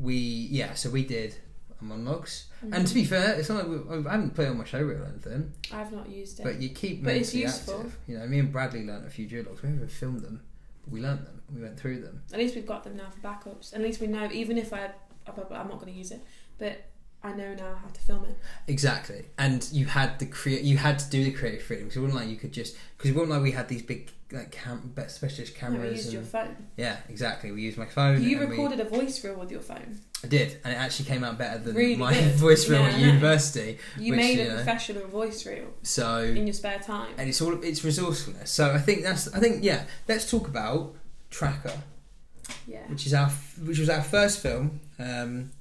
S1: we, yeah, so we did our monologs
S2: Mm.
S1: And
S2: Mm-hmm.
S1: to be fair, it's not like we, I haven't put it on my show reel or anything,
S2: I've not used it.
S1: but you keep
S2: But it's
S1: mentally
S2: useful.
S1: active. You know, me and Bradley learnt a few duologues. We haven't filmed them, but we learnt them. We went through them.
S2: At least we've got them now for backups. At least we know, even if I, I probably- I'm not going to use it, but I know now how to film it.
S1: Exactly, and you had the create. You had to do the creative freedom. So it wasn't like you could just because it wasn't like we had these big like cam- specialist
S2: No, we
S1: cameras.
S2: used
S1: and,
S2: your phone.
S1: Yeah, exactly. We used my phone.
S2: You
S1: and we-
S2: recorded a voice reel with your phone.
S1: I did, and it actually came out better than
S2: Really
S1: my
S2: good.
S1: [LAUGHS] voice reel
S2: Yeah,
S1: at
S2: I know.
S1: university.
S2: You
S1: Which,
S2: made
S1: you
S2: a
S1: know.
S2: professional voice reel
S1: So,
S2: in your spare time.
S1: and it's all it's resourcefulness. So I think that's I think yeah. Let's talk about Tracker, [LAUGHS]
S2: Yeah.
S1: which is our f- which was our first film, um,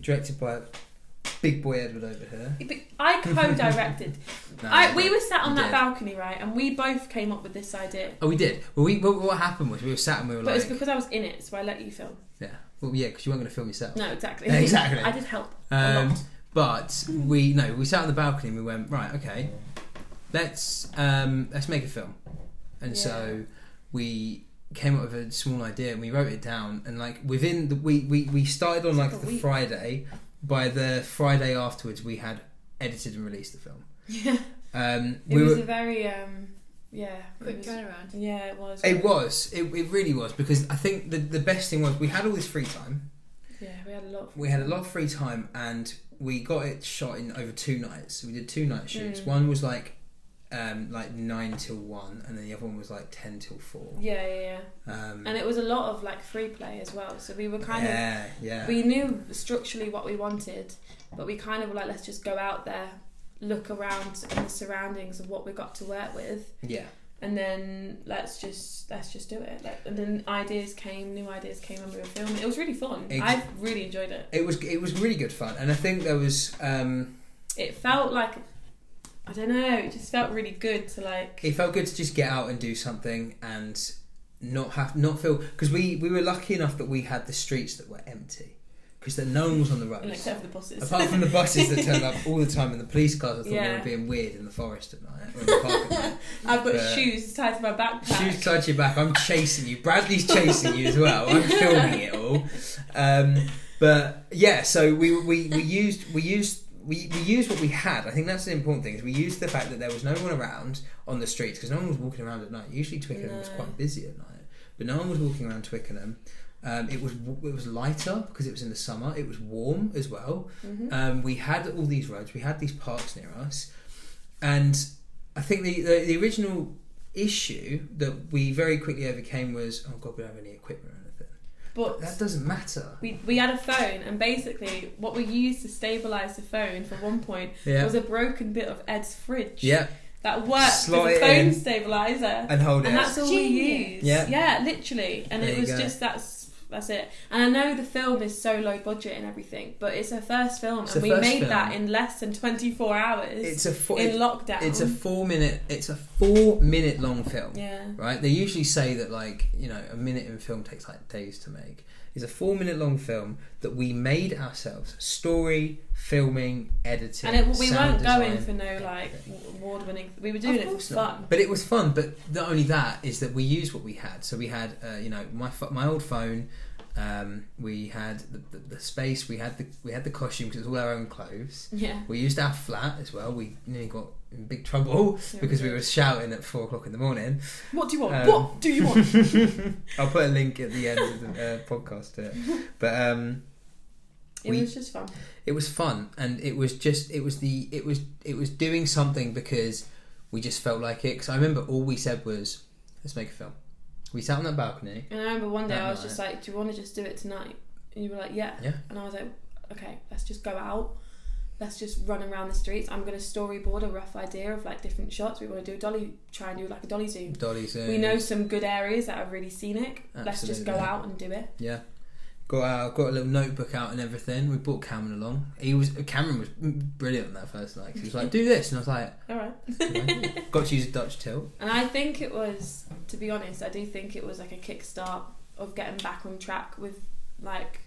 S1: directed by big boy Edward over here.
S2: But I
S1: [LAUGHS]
S2: co-directed.
S1: No,
S2: I, we were sat on
S1: You
S2: that
S1: did.
S2: balcony, right, and we both came up with this idea.
S1: Oh, we did. Well, we what, what happened was we were sat and we were
S2: But
S1: like,
S2: it's because I was in it, so I let you film.
S1: yeah, well, yeah, because you weren't going to film yourself.
S2: No, exactly.
S1: Yeah, [LAUGHS] exactly.
S2: I did help. a
S1: Um,
S2: lot.
S1: but we no, we sat on the balcony and we went right, okay, let's um, let's make a film, and so we came up with a small idea and we wrote it down and like within the we we, we started on like
S2: like a
S1: the
S2: week.
S1: Friday, by the Friday afterwards we had edited and released the film.
S2: Yeah.
S1: Um,
S2: [LAUGHS] It
S1: we
S2: was
S1: were.
S2: a very um, yeah. it
S3: Quick
S2: was-
S3: turnaround.
S2: Yeah, it was.
S1: It was. It, it really was because I think the the best thing was we had all this free time.
S2: Yeah, we had a lot. Of,
S1: We had a lot of free time and we got it shot in over two nights. So we did two night shoots.
S2: Mm.
S1: One was like um like nine till one, and then the other one was like ten till four.
S2: Yeah, yeah, yeah.
S1: Um,
S2: And it was a lot of like free play as well. So we were kind of
S1: yeah, yeah.
S2: we knew structurally what we wanted, but we kind of were like, let's just go out there, look around in the surroundings of what we got to work with,
S1: Yeah,
S2: and then let's just let's just do it. Like, and then ideas came, new ideas came, and we were filming. It was really fun.
S1: Ex-
S2: I really enjoyed it.
S1: It was it was really good fun, and I think there was um,
S2: It felt like I don't know. It just felt really good to like.
S1: it felt good to just get out and do something and not have not feel because we we were lucky enough that we had the streets that were empty because then no one was on the roads.
S2: Except for the buses.
S1: Apart from the buses that turn up all the time and the police cars, I thought they
S2: Yeah.
S1: were being weird in the forest at night or in the park at
S2: [LAUGHS]
S1: night.
S2: [LAUGHS] I've got
S1: Yeah.
S2: shoes tied to my backpack.
S1: Shoes tied to your back. I'm chasing you. Bradley's chasing you as well. I'm filming it all. Um, but yeah, so we, we, we used we used we, we used what we had. I think that's the important thing. Is we used the fact that there was no one around on the streets because no one was walking around at night. Usually Twickenham was
S2: No.
S1: quite busy at night, but no one was walking around Twickenham. Um, it was it was lighter because it was in the summer. It was warm as well.
S2: Mhm.
S1: Um, we had all these roads, we had these parks near us, and I think the, the, the original issue that we very quickly overcame was oh god, we don't have any equipment or anything.
S2: But
S1: That doesn't matter.
S2: we, we had a phone, and basically, what we used to stabilise the phone for one point
S1: Yeah,
S2: was a broken bit of Ed's fridge.
S1: yeah,
S2: That worked
S1: Slide it
S2: as a phone
S1: in.
S2: stabiliser.
S1: and hold
S2: and
S1: it.
S2: that's all we
S3: Genius.
S2: used.
S1: Yeah.
S2: literally. And
S1: There
S2: it
S1: you
S2: was
S1: go.
S2: just that's that's it. And I know the film is so low budget and everything, but it's her first film,
S1: It's
S2: and
S1: her
S2: we
S1: first
S2: made that
S1: film.
S2: in less than twenty four hours
S1: It's a four.
S2: in
S1: it-
S2: lockdown.
S1: it's a four minute. It's a four minute long film.
S2: yeah.
S1: Right? They usually say that like you know a minute in film takes like days to make. It's a four minute long film that we made ourselves. Story, filming, editing,
S2: And it, we
S1: sound
S2: weren't going
S1: design.
S2: for no like award winning. We were doing
S1: Of
S2: it
S1: course
S2: for
S1: not.
S2: fun.
S1: But it was fun. But not only that is that we used what we had. So we had, uh, you know, my pho- my old phone. Um, we had the, the, the space. We had the we had the costume because it was all our own clothes.
S2: Yeah,
S1: We used our flat as well. We nearly got in big trouble [LAUGHS]
S2: Yeah,
S1: because we
S2: did.
S1: were shouting at four o'clock in the morning.
S2: What do you want?
S1: Um,
S2: what do you want?
S1: [LAUGHS] I'll put a link at the end of the uh, podcast to it.
S2: [LAUGHS]
S1: But um,
S2: it
S1: we-
S2: was just fun.
S1: it was fun, and it was just it was the it was it was doing something because we just felt like it. Because I remember all we said was, "Let's make a film." We sat on that balcony.
S2: And I remember one day
S1: That
S2: I was
S1: night.
S2: just like, "Do you want to just do it tonight?" And you were like, "Yeah."
S1: Yeah.
S2: And I was like, "Okay, let's just go out. Let's just run around the streets. I'm gonna storyboard a rough idea of like different shots. We want to do a dolly, try and do like a dolly zoom.
S1: Dolly's uh, in.
S2: We know some good areas that are really scenic. Let's just go
S1: Absolutely.
S2: out and do it.
S1: Got our, got a little notebook out and everything. We brought Cameron along. He was Cameron was brilliant on that first night. 'cause He was like, "Do this," and I was like,
S2: All right." [LAUGHS]
S1: "Okay." "Got to use a Dutch tilt."
S2: And I think it was, to be honest, I do think it was like a kickstart of getting back on track with like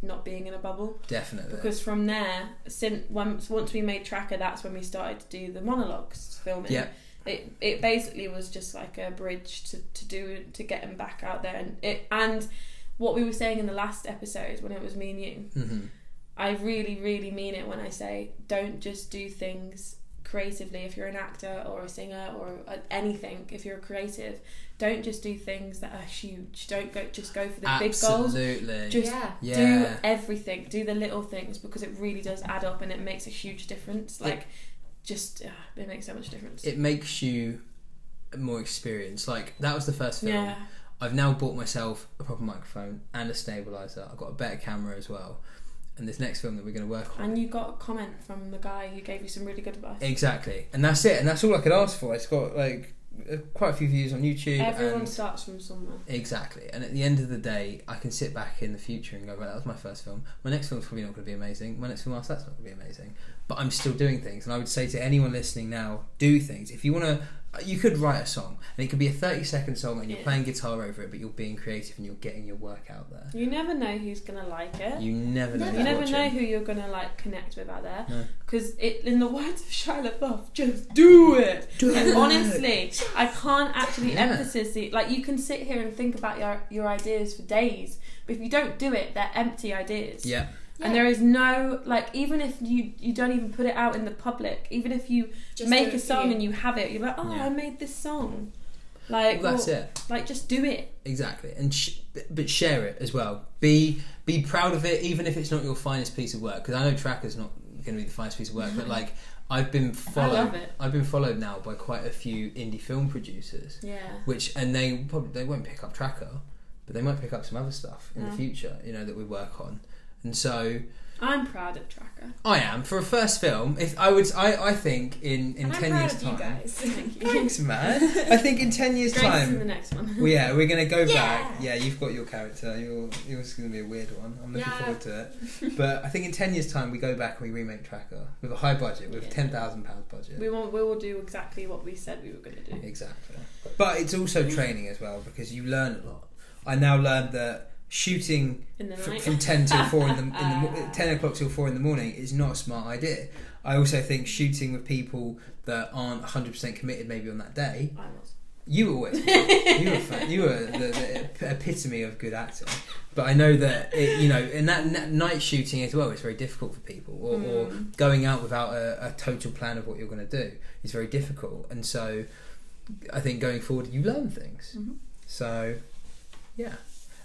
S2: not being in a bubble.
S1: Definitely.
S2: Because from there, since once once we made Tracker, that's when we started to do the monologues filming.
S1: Yeah.
S2: It it basically was just like a bridge to, to do to get him back out there and it and what we were saying in the last episode when it was me and you,
S1: Mhm.
S2: I really really mean it when I say don't just do things creatively if you're an actor or a singer or a- anything if you're a creative don't just do things that are huge don't go just go for the big goals
S1: Absolutely.
S2: Just
S3: yeah.
S2: do
S1: yeah.
S2: everything do the little things because it really does add up and it makes a huge difference like just uh, it makes so much difference
S1: It makes you more experienced. Like that was the first film.
S2: yeah
S1: I've now bought myself a proper microphone and a stabilizer. I've got a better camera as well. And this next film that we're going to work on.
S2: and you got a comment from the guy who gave you some really good advice
S1: Exactly. And that's it. And that's all I could ask for. It's got like uh, quite a few views on YouTube.
S2: everyone
S1: and
S2: starts from somewhere
S1: Exactly. And at the end of the day, I can sit back in the future and go, right, that was my first film. My next film's probably not going to be amazing. My next film after that's not going to be amazing. But I'm still doing things. And I would say to anyone listening now, do things. If you want to, you could write a song. And it could be a 30 second song and you're
S2: Yeah.
S1: playing guitar over it, but you're being creative and you're getting your work out there.
S2: you never know who's gonna like it
S1: You never know.
S3: Never.
S1: who's
S2: you never
S1: watching.
S2: know who you're gonna like connect with out there
S1: No.
S2: because it in the words of Shia LaBeouf just do it
S1: Do [LAUGHS]
S2: and
S1: it.
S2: honestly I can't actually
S1: Yeah.
S2: emphasize the like you can sit here and think about your your ideas for days but if you don't do it they're empty ideas
S1: Yeah.
S2: and there is no like even if you you don't even put it out in the public even if you
S3: Just do it
S2: make
S3: for
S2: a song
S3: you.
S2: and you have it you're like oh
S1: Yeah.
S2: i made this song like
S1: Well, that's
S2: well,
S1: it.
S2: like just do it
S1: Exactly. And sh- but share it as well. Be be proud of it, even if it's not your finest piece of work. Because I know Tracker's not going to be the finest piece of work, but like I've been followed.
S2: [LAUGHS] i love it
S1: I've been followed now by quite a few indie film producers,
S2: yeah
S1: which and they probably they won't pick up Tracker, but they might pick up some other stuff in the
S2: Mm.
S1: future. You know that we work on, And so
S2: I'm proud of
S3: [LAUGHS]
S2: Tracker.
S1: I am for a first film. If I would, I, I think in in
S3: And
S1: ten
S3: I'm
S1: years
S3: proud of
S1: time.
S3: you guys.
S2: Thank you. [LAUGHS]
S1: Thanks, man. I think in ten years
S2: Drake's in the
S1: time.
S2: next one.
S1: Well, yeah, we're gonna go
S3: Yeah.
S1: back. Yeah, you've got your character. You're, yours is gonna be a weird one. I'm looking
S3: Yeah.
S1: forward to
S2: [LAUGHS]
S1: it. But I think in ten years' time, we go back and we remake Tracker with a high budget, with
S2: Yeah.
S1: ten thousand pounds budget.
S2: [LAUGHS] We will, we will do exactly what we said we were going to do.
S1: Exactly. But it's also training as well because you learn a lot. I now learned that shooting
S2: In the
S1: fr-
S2: night.
S1: from 10 till 4 in the, in
S2: [LAUGHS]
S1: the mo- 10 o'clock till 4 in the morning is not a smart idea. I also think shooting with people that aren't 100% committed maybe on that day,
S2: I [LAUGHS] was.
S1: you were always you were fa- you were the, the ep- epitome of good acting. But I know that it, you know, and that n- night shooting as well is very difficult for people, or, or going out without a, a total plan of what you're going to do is very difficult. And so, I think going forward, you learn things.
S2: Mhm.
S1: So, yeah,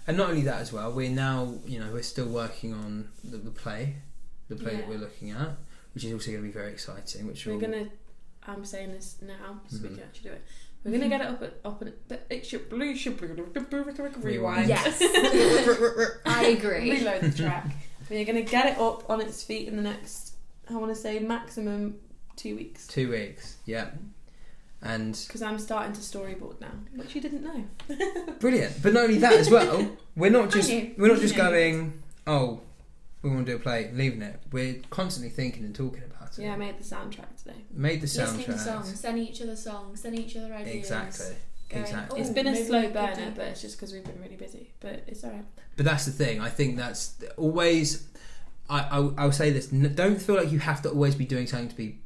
S1: and not only that as well, we're now you know we're still working on the, the play, the play that
S3: Yeah.
S1: we're looking at, which is also going to be very exciting. Which
S2: We're
S1: will,
S2: going to. I'm saying this now so we
S1: Mhm.
S2: can actually do it. We're going to get it up at. Up at the, it should. Blue should.
S3: [LAUGHS]
S2: Rewind. [LAUGHS]
S3: Yes. I agree.
S2: Reload the track. We're going to get it up on its feet in the next, I want to say, maximum two weeks.
S1: two weeks, yeah, and
S2: Because I'm starting to storyboard now, which you didn't know.
S1: Brilliant. But not only that as well, we're not just
S3: knew.
S1: we're not just
S3: Yeah.
S1: going, Oh, we want to do a play, leaving it. We're constantly thinking and talking about it.
S2: Yeah, I made the soundtrack today.
S1: Made the
S3: Listening to
S1: soundtrack.
S3: songs, sending each other songs, sending each other ideas.
S1: Exactly.
S3: Going,
S1: Exactly.
S3: "Oh,
S2: It's been a
S3: maybe we
S2: slow
S3: could do
S2: burner,
S3: that."
S2: but it's just because we've been really busy. But it's alright.
S1: But that's the thing. I think that's always. I, I I'll say this. N- Don't feel like you have to always be doing something to be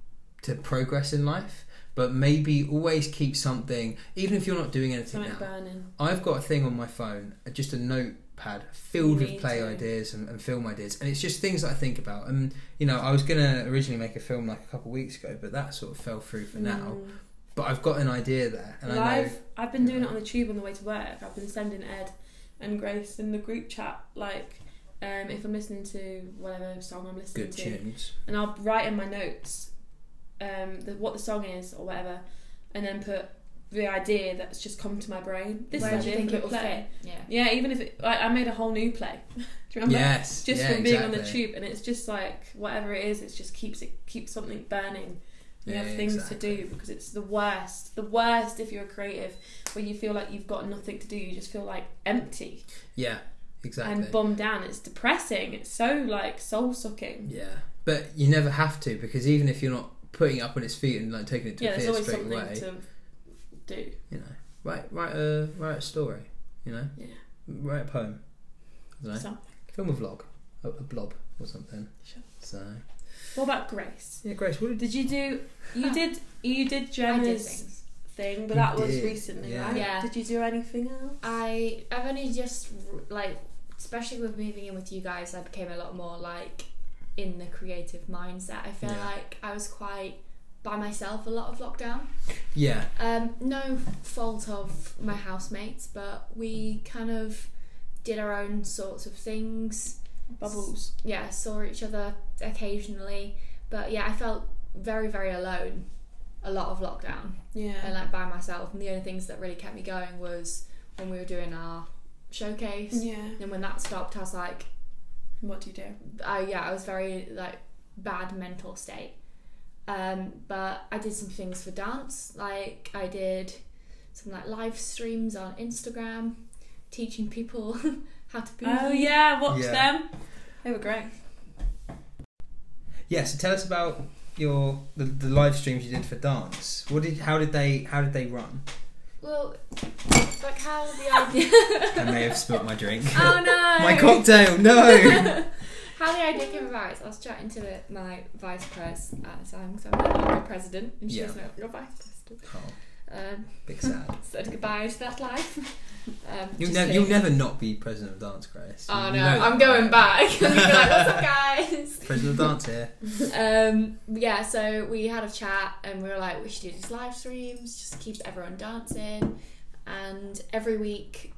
S1: to progress in life. But maybe always keep something, even if you're not doing anything
S2: Something
S1: now.
S2: burning.
S1: I've got a thing on my phone, uh, just a notepad filled
S2: Me
S1: with play
S2: too.
S1: ideas and, and film ideas, and it's just things that I think about. And you know, I was gonna originally make a film like a couple of weeks ago, but that sort of fell through for now.
S2: Mm.
S1: But I've got an idea there, and I know.
S2: Live. I've been doing it on the tube on the way to work. I've been sending Ed and Grace in the group chat like um, if I'm listening to whatever song I'm listening
S1: Good
S2: to,
S1: tunes.
S2: and I'll write in my notes um, the, what the song is or whatever, and then put the idea that's just come to my brain. This
S3: Where
S2: is
S3: do you
S2: the
S3: think it will
S2: play.
S3: fit? Yeah.
S2: Yeah, even if it, like, I made a whole new play. [LAUGHS] Do you remember?
S1: Yes,
S2: just
S1: yeah,
S2: from being
S1: exactly.
S2: on the tube and it's just like whatever it is it just keeps it keeps something burning you
S1: Yeah,
S2: have things
S1: exactly.
S2: to do because it's the worst the worst if you're a creative where you feel like you've got nothing to do you just feel like empty
S1: Yeah, exactly.
S2: and bummed down it's depressing it's so like soul sucking
S1: yeah, but you never have to because even if you're not putting it up on its feet and like taking it to
S2: yeah
S1: a
S2: there's
S1: theatre
S2: always
S1: straight
S2: something
S1: away,
S2: to do
S1: you know, write write a write a story, you know,
S2: yeah
S1: write a poem. I don't know.
S2: so
S1: film a vlog, a, a blob or something.
S2: Sure.
S1: So
S2: what about grace
S1: yeah, Grace, what did
S2: did you do
S1: Ah.
S2: you did you did
S3: I did
S2: Gemma's
S3: things.
S2: thing
S1: You
S2: but that was
S1: did,
S2: recently
S1: yeah.
S2: right
S3: Yeah.
S2: did you do anything else
S3: I I've only just like, especially with moving in with you guys, I became a lot more like in the creative mindset. I feel
S1: Yeah.
S3: like I was quite by myself a lot of lockdown.
S1: Yeah,
S3: Um, no fault of my housemates, but we kind of did our own sorts of things.
S2: bubbles
S3: Yeah, saw each other occasionally, but yeah, I felt very very alone a lot of lockdown and
S2: yeah
S3: like by myself. And the only things that really kept me going was when we were doing our showcase.
S2: yeah
S3: And when that stopped, I was like,
S2: what do you do
S3: I yeah, I was very like bad mental state. Um, but I did some things for dance, like I did some like live streams on Instagram, teaching people [LAUGHS] how to boogie.
S2: Oh yeah, watch
S1: Yeah.
S2: them. They were great.
S1: yeah. So tell us about your the, the live streams you did for dance. What did how did they how did they run?
S3: Well, like how the idea. [LAUGHS]
S1: I may have spilt my drink.
S3: oh
S1: [LAUGHS]
S3: no!
S1: my cocktail,
S3: [LAUGHS]
S1: no.
S3: How the idea came about is I was chatting to the, my vice pres at the time, so I'm my president, and she was
S1: Yeah.
S3: like, "You're vice president."
S1: oh,
S3: Um,
S1: big sad.
S3: said goodbye to that life. [LAUGHS] Um,
S1: You'll
S3: just
S1: never
S3: kidding.
S1: you'll never not be president of dance, Grace.
S3: Oh
S1: You
S3: no,
S1: know that,
S3: I'm going
S1: right?
S3: back. [LAUGHS] I'm gonna be like, what's up, guys?
S1: [LAUGHS] President of dance here.
S3: Um, yeah, so we had a chat and we were like, we should do these live streams, just keep everyone dancing. And every week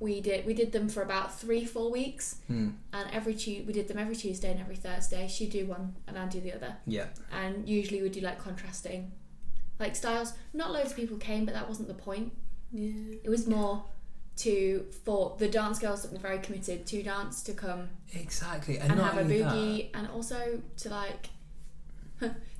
S3: we did we did them for about three, four weeks.
S1: Hmm,
S3: And every tu- we did them every Tuesday and every Thursday. She'd do one and I'd do the other.
S1: yeah,
S3: And usually we'd do like contrasting like styles. Not loads of people came, but that wasn't the point.
S2: Yeah.
S3: It was more to for the dance girls that were very committed to dance to come
S1: Exactly, and,
S3: and
S1: not
S3: have a
S1: only
S3: boogie and also to like [LAUGHS]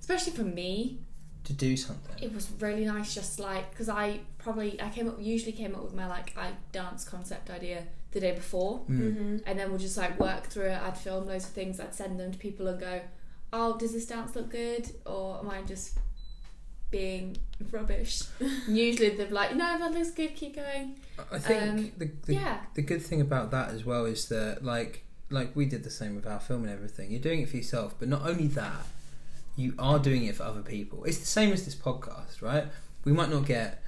S3: especially for me
S1: that, to do something.
S3: it was really nice just like because i probably i came up usually came up with my like i dance concept idea the day before
S1: Mm.
S2: Mm-hmm.
S3: and then we'll just like work through it i'd film loads of things i'd send them to people and go oh does this dance look good or am i just being [LAUGHS]
S1: [LAUGHS]
S3: rubbish usually they're like no that looks good keep going
S1: I think
S3: Um,
S1: the, the
S3: yeah
S1: the good thing about that as well is that like like we did the same with our film and everything you're doing it for yourself but not only that you are doing it for other people it's the same as this podcast right we might not get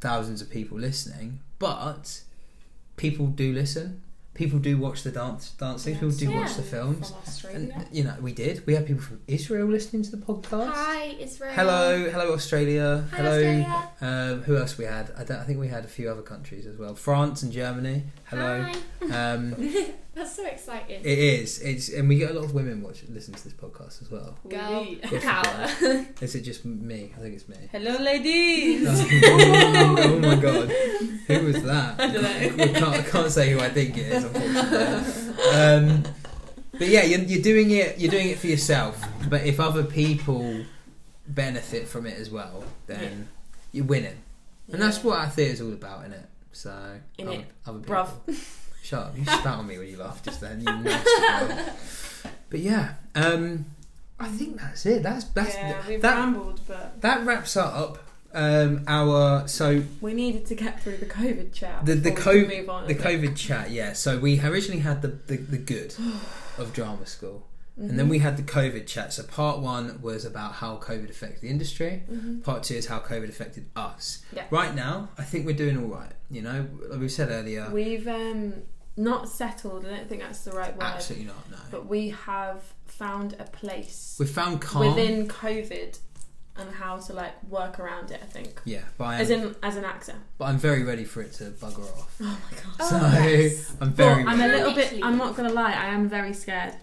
S1: thousands of people listening but people do listen people do watch the dance dancing people do watch
S3: Yeah.
S1: the films
S2: From
S1: and uh,
S2: Australia.
S1: you know we did we had people from israel listening to the podcast
S3: hi israel
S1: hello hello australia
S3: Hi,
S1: hello
S3: Australia.
S1: Um, who else we had I, don't, I think we had a few other countries as well france and germany hello
S3: Hi.
S1: um,
S3: That's so exciting.
S1: it is. It's and we get a lot of women watch listen to this podcast as well.
S3: Girl
S2: We-
S1: [LAUGHS] Yes,
S3: power.
S1: Is it just me? I think it's
S2: [LAUGHS]
S1: me.
S2: Hello,
S1: [LAUGHS]
S2: ladies.
S1: oh, my god, who was that?
S2: I don't know.
S1: We can't, I can't say who I think it is, unfortunately. Um, but yeah, you're, you're doing it. You're doing it for yourself. But if other people benefit from it as well, then you're winning, and that's what our theatre's all about, innit? So,
S2: In
S1: other,
S2: it,
S1: other people.
S2: bruv.
S1: [LAUGHS] Shut up! You spat on me when you laughed just then. You nasty girl.
S2: [LAUGHS]
S1: But yeah, um, I think that's it. That's that's
S2: yeah, we
S1: that
S2: rambled, but
S1: that wraps up um, our so
S2: we needed to get through the COVID chat.
S1: The- the
S2: before we
S1: co-
S2: could move on.
S1: the COVID chat. Yeah, so we originally had the the, the
S2: [SIGHS]
S1: good of drama school. And
S2: Mm-hmm.
S1: then we had the COVID chat. So part one was about how COVID affected the industry.
S2: Mm-hmm.
S1: Part two is how COVID affected us.
S2: Yeah.
S1: Right now, I think we're doing all right. You know, like we said earlier,
S2: We've um, not settled. I don't think that's the right word.
S1: absolutely not. No,
S2: But we have found a place
S1: we found calm.
S2: within COVID and how to like work around it. I think,
S1: yeah, but I am-
S2: as in as an actor.
S1: but I'm very ready for it to bugger off.
S2: Oh my god.
S3: Oh,
S1: so
S3: yes.
S1: [LAUGHS] I'm very.
S2: but I'm a
S1: ready.
S2: little bit.
S3: Panically.
S2: I'm not gonna lie. I am very scared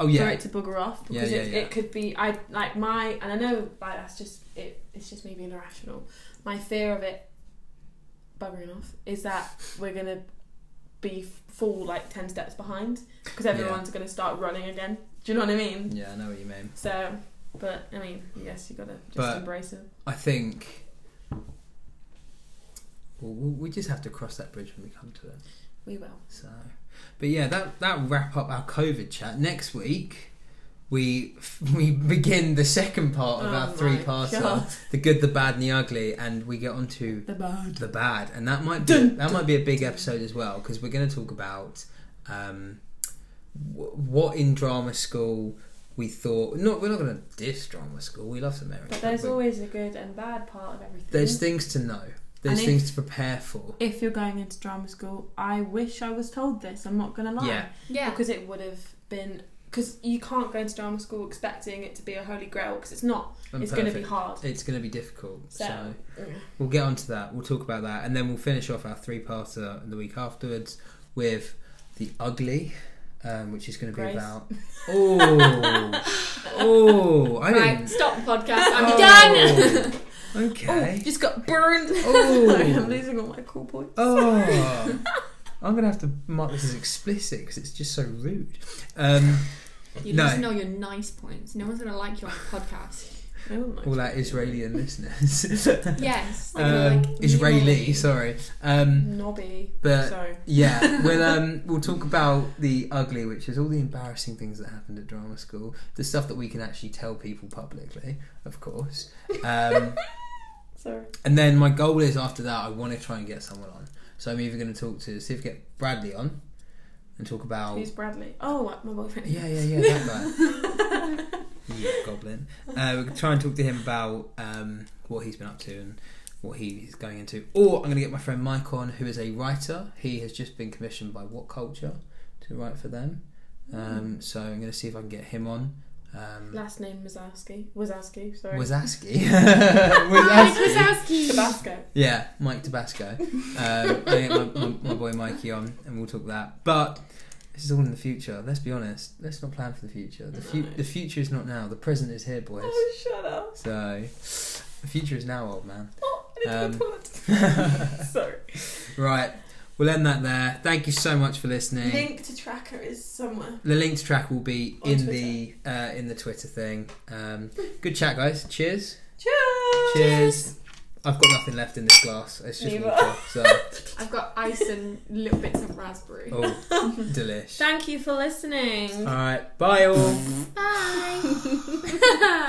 S1: oh
S2: for
S1: yeah,
S2: it to bugger off
S1: Yeah,
S2: because
S1: yeah,
S2: it,
S1: yeah.
S2: it could be. I like my, and I know like that's just it. It's just me being irrational. My fear of it buggering off is that we're gonna be f- fall like ten steps behind because
S1: Yeah.
S2: everyone's gonna start running again. Do you know what I mean?
S1: yeah. I know what you mean.
S2: So, but I mean, yes, you gotta just
S1: But-
S2: embrace it.
S1: I think well, we we just have to cross that bridge when we come to it.
S2: We will.
S1: So, but yeah, that that will wrap up our COVID chat. Next week, we [LAUGHS] we begin the second part of
S2: Oh
S1: our
S2: my
S1: three uh, parter:
S2: God.
S1: the good, the bad, and the ugly, and we get onto
S2: [LAUGHS] The bad.
S1: the bad, and that might be
S2: Dun,
S1: that might be a big episode as well because we're going to talk about um, w- what in drama school we thought. Not we're not going to diss drama school. We love America.
S2: But there's
S1: but
S2: always a good and bad part of everything.
S1: there's things to know. There's
S2: And if-
S1: things to prepare for.
S2: if you're going into drama school, I wish I was told this. I'm not gonna lie.
S1: Yeah,
S3: Yeah.
S2: because it would have been because you can't go into drama school expecting it to be a holy grail because it's not
S1: and
S2: it's going to be
S1: perfect.
S2: hard
S1: It's going to be difficult.
S2: so,
S1: so We'll get onto that. We'll talk about that, and then we'll finish off our three-parter in the week afterwards with the ugly, um, which is going to be
S2: Grace.
S1: about.
S2: [LAUGHS]
S1: Oh, oh! I
S3: Right,
S1: didn't.
S3: stop the podcast. I'm
S1: Oh.
S3: done.
S2: [LAUGHS]
S1: okay.
S2: Oh, just got burned [LAUGHS]
S1: Oh.
S2: Sorry, i'm losing all my cool points
S1: Oh, I'm gonna have to mark this as explicit because it's just so rude. Um,
S3: [LAUGHS] You
S1: No.
S3: need to know your nice points. No one's gonna like you on the [LAUGHS] podcast.
S2: Oh my
S1: all our
S2: God.
S1: Israeli listeners,
S2: [LAUGHS]
S3: Yes.
S1: um, Israeli,
S3: Israeli.
S1: sorry. Um,
S2: knobby
S1: but
S2: sorry
S1: Yeah, we'll um, we'll talk about the ugly, which is all the embarrassing things that happened at drama school, the stuff that we can actually tell people publicly, of course. Um,
S2: sorry
S1: and then my goal is after that, I want to try and get someone on. So I'm either going to talk to see if I get Bradley on and talk about
S2: who's bradley oh what, my boyfriend
S1: yeah, yeah, yeah, that guy, [LAUGHS] you goblin. Uh, we can try and talk to him about um, what he's been up to and what he's going into. Or I'm going to get my friend Mike on, who is a writer. He has just been commissioned by What Culture to write for them. Um, so I'm going to see if I can get him on. Um,
S2: last name Wazowski Wazowski
S1: [LAUGHS]
S2: sorry [LAUGHS]
S1: Wazaski.
S3: Mike
S1: Wazaski.
S3: Wazowski.
S2: Tabasco
S1: Yeah, Mike Tabasco. Um, I get my, my, my boy Mikey on, and we'll talk that. But this is all in the future. Let's be honest. Let's not plan for the future. The, fu-
S2: No.
S1: the future is not now. The present is here, boys.
S2: oh shut up
S1: So the future is now, old man.
S2: oh, I didn't
S1: Um,
S2: um, [LAUGHS] sorry
S1: [LAUGHS] right. We'll end that there. Thank you so much for listening.
S2: Link to tracker is somewhere.
S1: the linked track will be
S2: On
S1: in the uh, in the Twitter thing. Um, good chat, guys. Cheers.
S2: Cheers.
S1: Cheers. I've got nothing left in this glass. It's just
S2: Neither.
S1: water. So,
S3: I've got ice and little bits of raspberry.
S1: oh,
S2: [LAUGHS]
S1: delish. Oh.
S2: Thank you for listening.
S3: [LAUGHS]
S1: All right. Bye all.
S3: Bye.